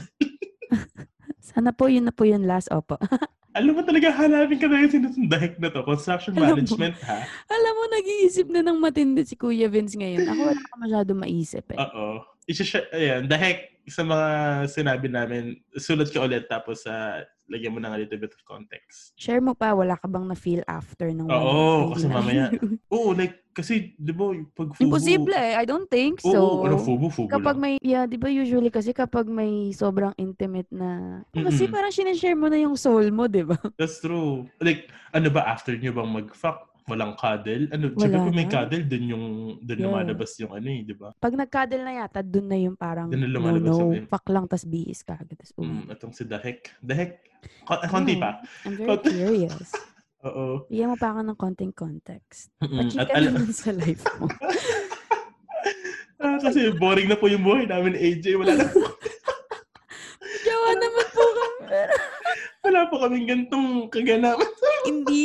Speaker 3: Sana po, yun na po yung last opo.
Speaker 1: alam mo talaga, hanapin ka dahil sinusong dahil na to. Construction
Speaker 3: Alam mo.
Speaker 1: management ha.
Speaker 3: Alam mo, nag-iisip na ng matindi si Kuya Vince ngayon. Ako wala ka masyado maisip eh.
Speaker 1: Oo. Isha- ayan, dahil sa mga sinabi namin, sulat ka ulit tapos sa lagyan mo ng a little bit of context.
Speaker 3: Share mo pa, wala ka bang na-feel after ng one
Speaker 1: Oo, kasi
Speaker 3: month na hindi na-
Speaker 1: mamaya- Oo, like, kasi, di ba, pag fubu...
Speaker 3: Imposible eh. I don't think
Speaker 1: Oo,
Speaker 3: so.
Speaker 1: ano, fubu, fubu
Speaker 3: kapag
Speaker 1: lang.
Speaker 3: may, yeah, di ba usually kasi kapag may sobrang intimate na, kasi
Speaker 1: Mm-mm.
Speaker 3: parang sinashare mo na yung soul mo, di ba?
Speaker 1: That's true. Like, ano ba, after nyo bang mag-fuck? Walang cuddle? Ano,
Speaker 3: Wala
Speaker 1: syempre kung may
Speaker 3: na.
Speaker 1: cuddle, dun yung, dun
Speaker 3: Yeah.
Speaker 1: lumalabas yung ano eh, di ba?
Speaker 3: Pag nagkadal na yata, dun na yung parang,
Speaker 1: Dun na
Speaker 3: no,
Speaker 1: lumalabas
Speaker 3: no,
Speaker 1: yung-
Speaker 3: fuck lang, tas bihis ka agad. Tas, um,
Speaker 1: Mm, itong si Dahek. Dahek, ko- eh, konti
Speaker 3: Ano?
Speaker 1: pa.
Speaker 3: I'm very curious.
Speaker 1: Oo.
Speaker 3: Bigyan mo pa ako ng konting context.
Speaker 1: Mm-mm. Mm. At
Speaker 3: Pachika
Speaker 1: alam,
Speaker 3: naman sa life mo.
Speaker 1: Ah, kasi boring na po yung buhay namin, AJ. Wala na
Speaker 3: Jawa naman po kami. pero
Speaker 1: Wala pa kaming gantong kaganapan.
Speaker 3: hindi,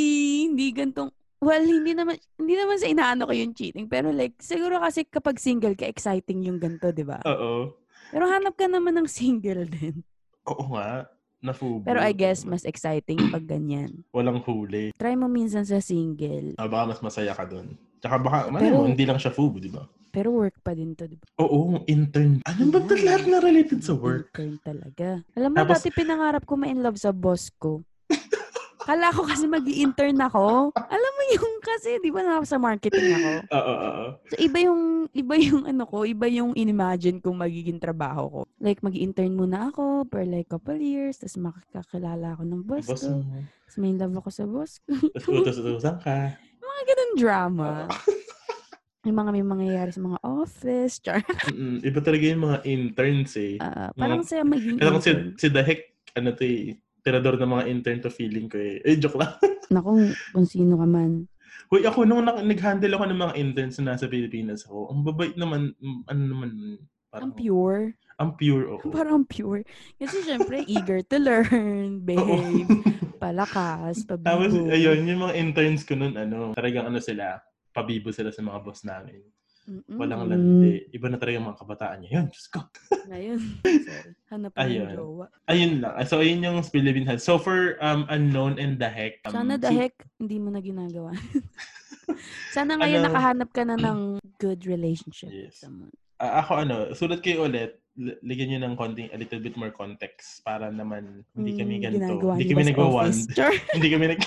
Speaker 3: hindi gantong, well, hindi naman, hindi naman sa inaano ko yung cheating. Pero like, siguro kasi kapag single ka, exciting yung ganito, di ba?
Speaker 1: Oo.
Speaker 3: Pero hanap ka naman ng single din.
Speaker 1: Oo nga. Nafubo.
Speaker 3: Pero I guess mas exciting pag ganyan.
Speaker 1: Walang huli.
Speaker 3: Try mo minsan sa single.
Speaker 1: Ah, baka mas masaya ka doon. Tsaka baka,
Speaker 3: Pero-
Speaker 1: malay mo, hindi lang siya fubo, di ba?
Speaker 3: Pero work pa din to, di ba?
Speaker 1: Oo, intern. Ano ba ito lahat na related sa work?
Speaker 3: Intern talaga. Alam mo,
Speaker 1: Tapos-
Speaker 3: dati pinangarap ko ma-in love sa boss ko. Kala ko kasi mag intern ako. Alam mo yung kasi, di ba, na sa marketing ako.
Speaker 1: Oo, oo.
Speaker 3: So, iba yung, iba yung ano ko, iba yung inimagine kong magiging trabaho ko. Like, mag-intern muna ako for like couple years, tapos makakakilala ako ng boss,
Speaker 1: Boss
Speaker 3: ko.
Speaker 1: mo.
Speaker 3: Tapos may in love ako sa boss ko.
Speaker 1: Tapos utos-utosan ka.
Speaker 3: Mga ganun drama. Yung mga may mangyayari sa mga office, char.
Speaker 1: Mm-mm. Iba talaga yung mga interns eh.
Speaker 3: Ah, parang saya maging
Speaker 1: Kaya kung si,
Speaker 3: intern.
Speaker 1: si Dahek, ano to eh, tirador ng mga intern to feeling ko eh. Eh, joke lang.
Speaker 3: Naku, kung sino ka man.
Speaker 1: Hoy, ako nung nak- nag-handle ako ng mga interns na nasa Pilipinas ako, ang babait naman, mm, ano naman, parang,
Speaker 3: Ang pure.
Speaker 1: ang pure, oo.
Speaker 3: Parang pure. Kasi syempre, eager to learn,
Speaker 1: Oo.
Speaker 3: behave, palakas, pabibo.
Speaker 1: Tapos, ayun, yung mga interns ko nun, ano, talagang ano sila, pabibo sila sa mga boss namin.
Speaker 3: Mm-mm. Mm.
Speaker 1: Walang landi. Iba na talaga yung mga kabataan niya. Yun, Diyos ko.
Speaker 3: Ngayon. Sorry. Hanap ng
Speaker 1: Ayun.
Speaker 3: jowa.
Speaker 1: Ayun lang. Ah, So, ayun yung Philippine Hats. So, for um, Unknown and The Heck. um,
Speaker 3: Sana the
Speaker 1: si-
Speaker 3: heck, hindi mo na ginagawa. Sana ngayon
Speaker 1: Ano?
Speaker 3: nakahanap ka na ng good relationship with
Speaker 1: Yes.
Speaker 3: someone.
Speaker 1: ah, ako ano, sulat kayo ulit. L- Ligyan nyo ng konting, a little bit more context para naman hindi kami
Speaker 3: Mm,
Speaker 1: ganito.
Speaker 3: ginagawa
Speaker 1: Hindi
Speaker 3: niyo
Speaker 1: kami
Speaker 3: ba sa
Speaker 1: nagwa-wand.
Speaker 3: office? Char.
Speaker 1: hindi kami nag...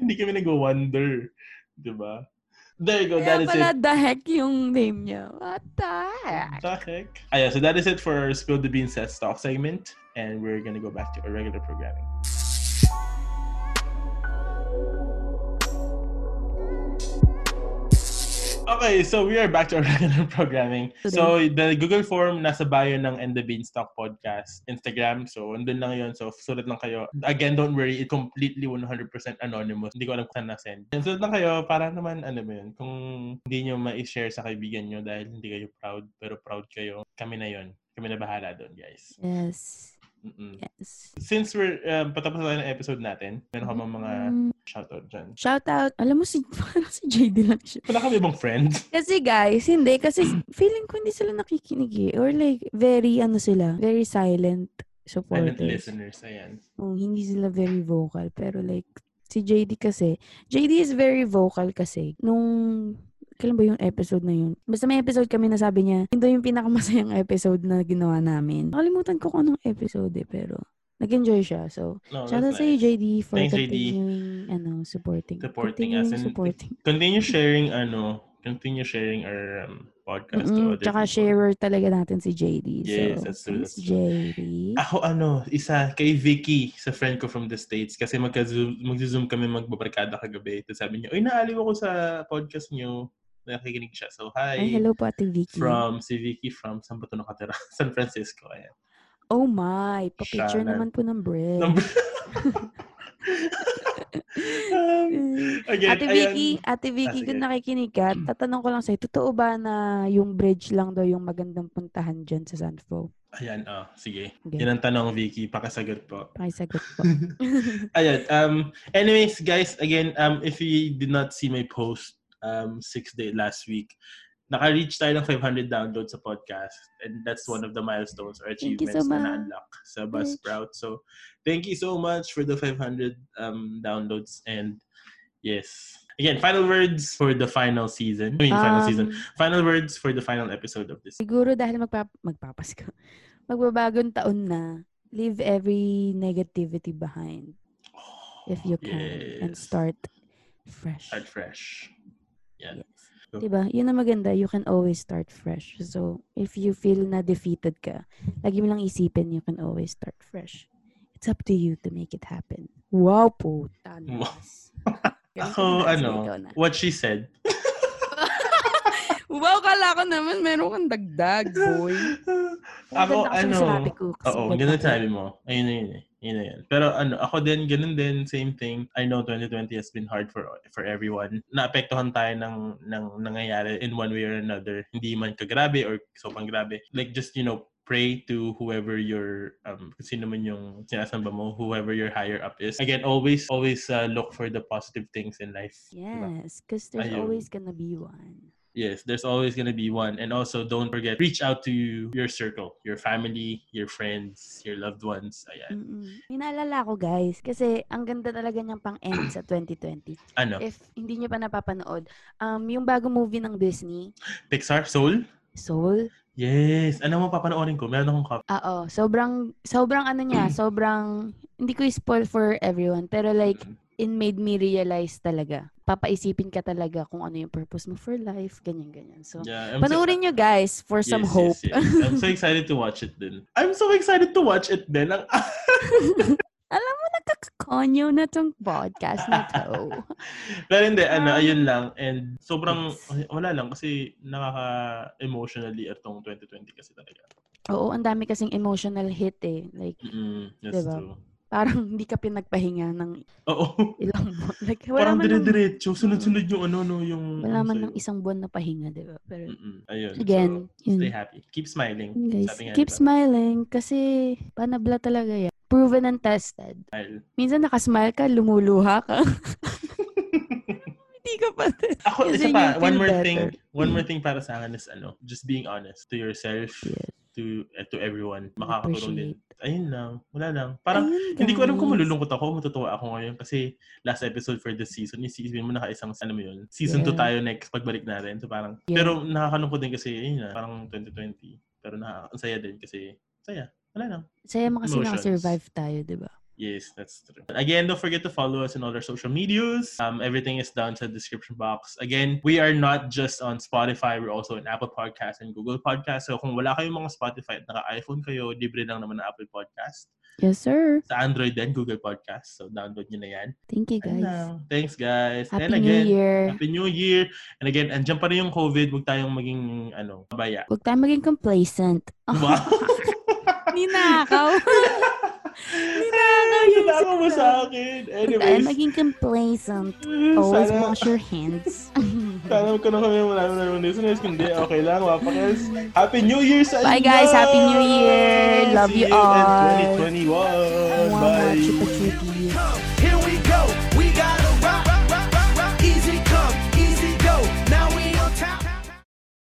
Speaker 1: hindi kami nagwa-wonder. Diba? There you go.
Speaker 3: Kaya
Speaker 1: That is
Speaker 3: pala
Speaker 1: it.
Speaker 3: the heck yung name niya. What the heck?
Speaker 1: The heck? Ah, yeah, so that is it for our Spill the Beans Set Stock segment. And we're going to go back to our regular programming. Okay, so we are back to our regular programming. So the Google form nasa bio ng And the Beanstalk podcast Instagram. So andun lang yon. So sulat lang kayo. Again, don't worry, it completely 100% anonymous. Hindi ko alam kung saan na-send. And Sulat lang kayo para naman ano ba yun. Kung hindi nyo ma-share sa kaibigan nyo dahil hindi kayo proud pero proud kayo, kami na yon. Kami na bahala doon, guys.
Speaker 3: Yes.
Speaker 1: Mm-mm.
Speaker 3: Yes.
Speaker 1: Since we're um, patapos na tayo ng episode natin, meron ka bang mga
Speaker 3: Mm.
Speaker 1: shoutout dyan?
Speaker 3: Shout out. Alam mo, si, parang si JD lang siya.
Speaker 1: Wala kami bang friend?
Speaker 3: Kasi guys, hindi. Kasi feeling ko hindi sila nakikinig eh. Or like, very ano sila. Very silent
Speaker 1: Silent
Speaker 3: supporters.
Speaker 1: listeners, ayan.
Speaker 3: Oh, hindi sila very vocal. Pero like, si JD kasi, JD is very vocal kasi. Nung, kailan ba yung episode na yun? Basta may episode kami na sabi niya, ito yung pinakamasayang episode na ginawa namin. Nakalimutan ko kung anong episode eh, pero nag-enjoy siya. So,
Speaker 1: No,
Speaker 3: shout out
Speaker 1: that's
Speaker 3: sa sa'yo,
Speaker 1: nice.
Speaker 3: JD, for
Speaker 1: Thanks, JD.
Speaker 3: continuing, ano, supporting.
Speaker 1: Supporting us
Speaker 3: continuing
Speaker 1: and-
Speaker 3: supporting.
Speaker 1: continue sharing ano, continue sharing our um, podcast to
Speaker 3: Mm-mm,
Speaker 1: other
Speaker 3: tsaka
Speaker 1: people.
Speaker 3: sharer talaga natin si
Speaker 1: Yes,
Speaker 3: JD. so,
Speaker 1: that's true,
Speaker 3: thanks,
Speaker 1: that's true.
Speaker 3: JD.
Speaker 1: Ako ano, isa kay Vicky, sa friend ko from the States kasi magka-zoom, mag-zoom kami magbabarkada kagabi. Tapos sabi niya, "Uy, naaliw ako sa podcast niyo." Nakikinig siya. So, hi.
Speaker 3: Ay, hello po, Ate Vicky.
Speaker 1: From si Vicky from saan ba ito nakatira? San Francisco. Ayan.
Speaker 3: oh my, pa-picture
Speaker 1: Shannon.
Speaker 3: naman po ng bread.
Speaker 1: Number... um, again,
Speaker 3: Mm. Ate Vicky, Ate Vicky,
Speaker 1: Ah, sige. Mm.
Speaker 3: kung nakikinig ka, tatanong ko lang sa'yo, totoo ba na yung bridge lang daw yung magandang puntahan dyan sa San Fro?
Speaker 1: Ayan, oh, sige.
Speaker 3: Okay.
Speaker 1: Yan ang tanong, Vicky. Pakasagot po.
Speaker 3: Pakisagot po.
Speaker 1: Ayan. Um, anyways, guys, again, um, if you did not see my post um, six day last week, naka-reach tayo ng 500 downloads sa podcast. And that's one of the milestones or
Speaker 3: Thank you
Speaker 1: achievements
Speaker 3: so
Speaker 1: na
Speaker 3: much.
Speaker 1: na-unlock sa Buzzsprout. So, thank you so much for the 500 um, downloads. And yes. Again, final words for the final season. I mean, final
Speaker 3: Um,
Speaker 1: season. Final words for the final episode of this.
Speaker 3: Siguro dahil magpap magpapasko, magbabagong taon na, leave every negativity behind if you can and
Speaker 1: Oh, Yes.
Speaker 3: start fresh.
Speaker 1: Start fresh. Yan.
Speaker 3: Yes. Diba? Yun ang maganda. You can always start fresh. So, if you feel na defeated ka, lagi mo lang isipin you can always start fresh. It's up to you to make it happen. Wow po. Tanas.
Speaker 1: Ako, ano, what she said.
Speaker 2: Wow, kala ko naman meron kang dagdag, boy.
Speaker 1: ako, ano,
Speaker 3: ko, kasi
Speaker 1: oo,
Speaker 3: ba't
Speaker 1: ganun
Speaker 3: ako-
Speaker 1: sabi mo. Ayun na yun eh. Yun na yun. Pero ano, ako din, ganun din, same thing. I know 2020 has been hard for for everyone. Naapektuhan tayo ng, ng nangyayari in one way or another. Hindi man kagrabe or sobrang grabe. Like, just, you know, pray to whoever your um kung sino man yung sinasamba mo whoever your higher up is again always always uh, look for the positive things in life diba?
Speaker 3: Yes, because there's
Speaker 1: Ayun.
Speaker 3: always gonna be one.
Speaker 1: Yes, there's always going to be one. And also, don't forget, reach out to your circle, your family, your friends, your loved ones. Ayan.
Speaker 3: Mm-mm. May naalala ko, guys, kasi ang ganda talaga niyang pang-end sa 2020.
Speaker 1: Ano?
Speaker 3: If hindi niyo pa napapanood, um, yung bagong movie ng Disney,
Speaker 1: Pixar? Soul?
Speaker 3: Soul,
Speaker 1: Yes. Ano mo papanoorin ko? Meron akong copy.
Speaker 3: Oo, sobrang sobrang ano niya, sobrang hindi ko spoil for everyone, pero like it made me realize talaga. Papaisipin ka talaga kung ano yung purpose mo for life, ganyan ganyan. So,
Speaker 1: Yeah, I'm so-
Speaker 3: panoorin nyo guys for some
Speaker 1: Yes,
Speaker 3: hope.
Speaker 1: yes, yes. I'm so excited to watch it then. I'm so excited to watch it then. Ang-
Speaker 3: Alam mo nakakakonyo na tong podcast na to.
Speaker 1: Pero hindi, ano,
Speaker 3: Um,
Speaker 1: ayun lang. And sobrang,
Speaker 3: yes.
Speaker 1: wala lang kasi nakaka-emotionally itong 2020 kasi talaga.
Speaker 3: Oo, ang dami kasing emotional hit eh. Like
Speaker 1: Mm, that's
Speaker 3: Diba?
Speaker 1: true.
Speaker 3: parang hindi ka pinagpahinga ng
Speaker 1: Oo.
Speaker 3: ilang buwan. Like wala
Speaker 1: Parang
Speaker 3: man ng,
Speaker 1: dire-diretso. Sunod-sunod yung ano, no, yung...
Speaker 3: wala
Speaker 1: ano
Speaker 3: man
Speaker 1: sa'yo.
Speaker 3: ng isang buwan na pahinga, 'di ba? Pero
Speaker 1: Mm-mm. Ayun.
Speaker 3: again,
Speaker 1: so,
Speaker 3: yun.
Speaker 1: stay happy. Keep smiling.
Speaker 3: Yun, guys,
Speaker 1: Sabi nga,
Speaker 3: keep
Speaker 1: diba?
Speaker 3: smiling kasi panabla talaga yan. Proven and tested.
Speaker 1: Smile.
Speaker 3: Minsan nakasmile ka, lumuluha ka. Hindi ka pa.
Speaker 1: Ako, isa
Speaker 3: Kasi you
Speaker 1: pa,
Speaker 3: feel
Speaker 1: one more
Speaker 3: better.
Speaker 1: thing. One
Speaker 3: Mm.
Speaker 1: more thing para sa akin is ano, just being honest to yourself,
Speaker 3: Yes.
Speaker 1: to eh, to everyone. Makakatulong din.
Speaker 3: Appreciate.
Speaker 1: Ayun lang. Wala lang. Parang,
Speaker 3: Ayun,
Speaker 1: hindi ko alam kung
Speaker 3: guys.
Speaker 1: malulungkot ako o matutuwa ako ngayon kasi last episode for this season, isipin mo nakaisang, ano mo yun, season 2
Speaker 3: Yeah.
Speaker 1: tayo next, pagbalik natin. So parang,
Speaker 3: Yeah.
Speaker 1: pero nakakalungkot din kasi, ayun na, parang 2020. Pero nakakasaya din kasi, saya. Wala lang.
Speaker 3: Saya mo kasi
Speaker 1: Emotions.
Speaker 3: nakasurvive tayo, di ba?
Speaker 1: Yes, that's true. Again, don't forget to follow us on all our social medias. Um, everything is down to the description box. Again, we are not just on Spotify. We're also on Apple Podcasts and Google Podcasts. So kung wala kayong mga Spotify at naka-iPhone kayo, libre lang naman ang Apple Podcast.
Speaker 3: Yes, sir.
Speaker 1: Sa Android din, Google Podcast. So download nyo na yan.
Speaker 3: Thank you,
Speaker 1: Ayun
Speaker 3: guys.
Speaker 1: lang. Thanks, guys.
Speaker 3: Happy
Speaker 1: and again,
Speaker 3: New Year.
Speaker 1: Happy New Year. And again, andyan pa rin yung COVID. Huwag tayong maging, ano, kabaya.
Speaker 3: Huwag tayong maging complacent.
Speaker 1: Wow!
Speaker 3: Ninakaw.
Speaker 1: Ninakaw
Speaker 3: yung
Speaker 1: Ninakaw mo
Speaker 3: isa.
Speaker 1: sa akin.
Speaker 3: Huwag tayong
Speaker 1: Anyways.
Speaker 3: maging complacent. Always
Speaker 1: Sana,
Speaker 3: wash your hands.
Speaker 1: sana magkaroon kami ng marami ng listeners. Kundi okay lang, mapakils. Happy New Year sa
Speaker 3: Bye,
Speaker 1: inyo!
Speaker 3: guys. Happy New Year. Love
Speaker 1: See
Speaker 3: you all.
Speaker 1: in 2021.
Speaker 3: Mwah, mwah,
Speaker 1: Bye!
Speaker 3: chupa-chupi.
Speaker 4: Come, here we go.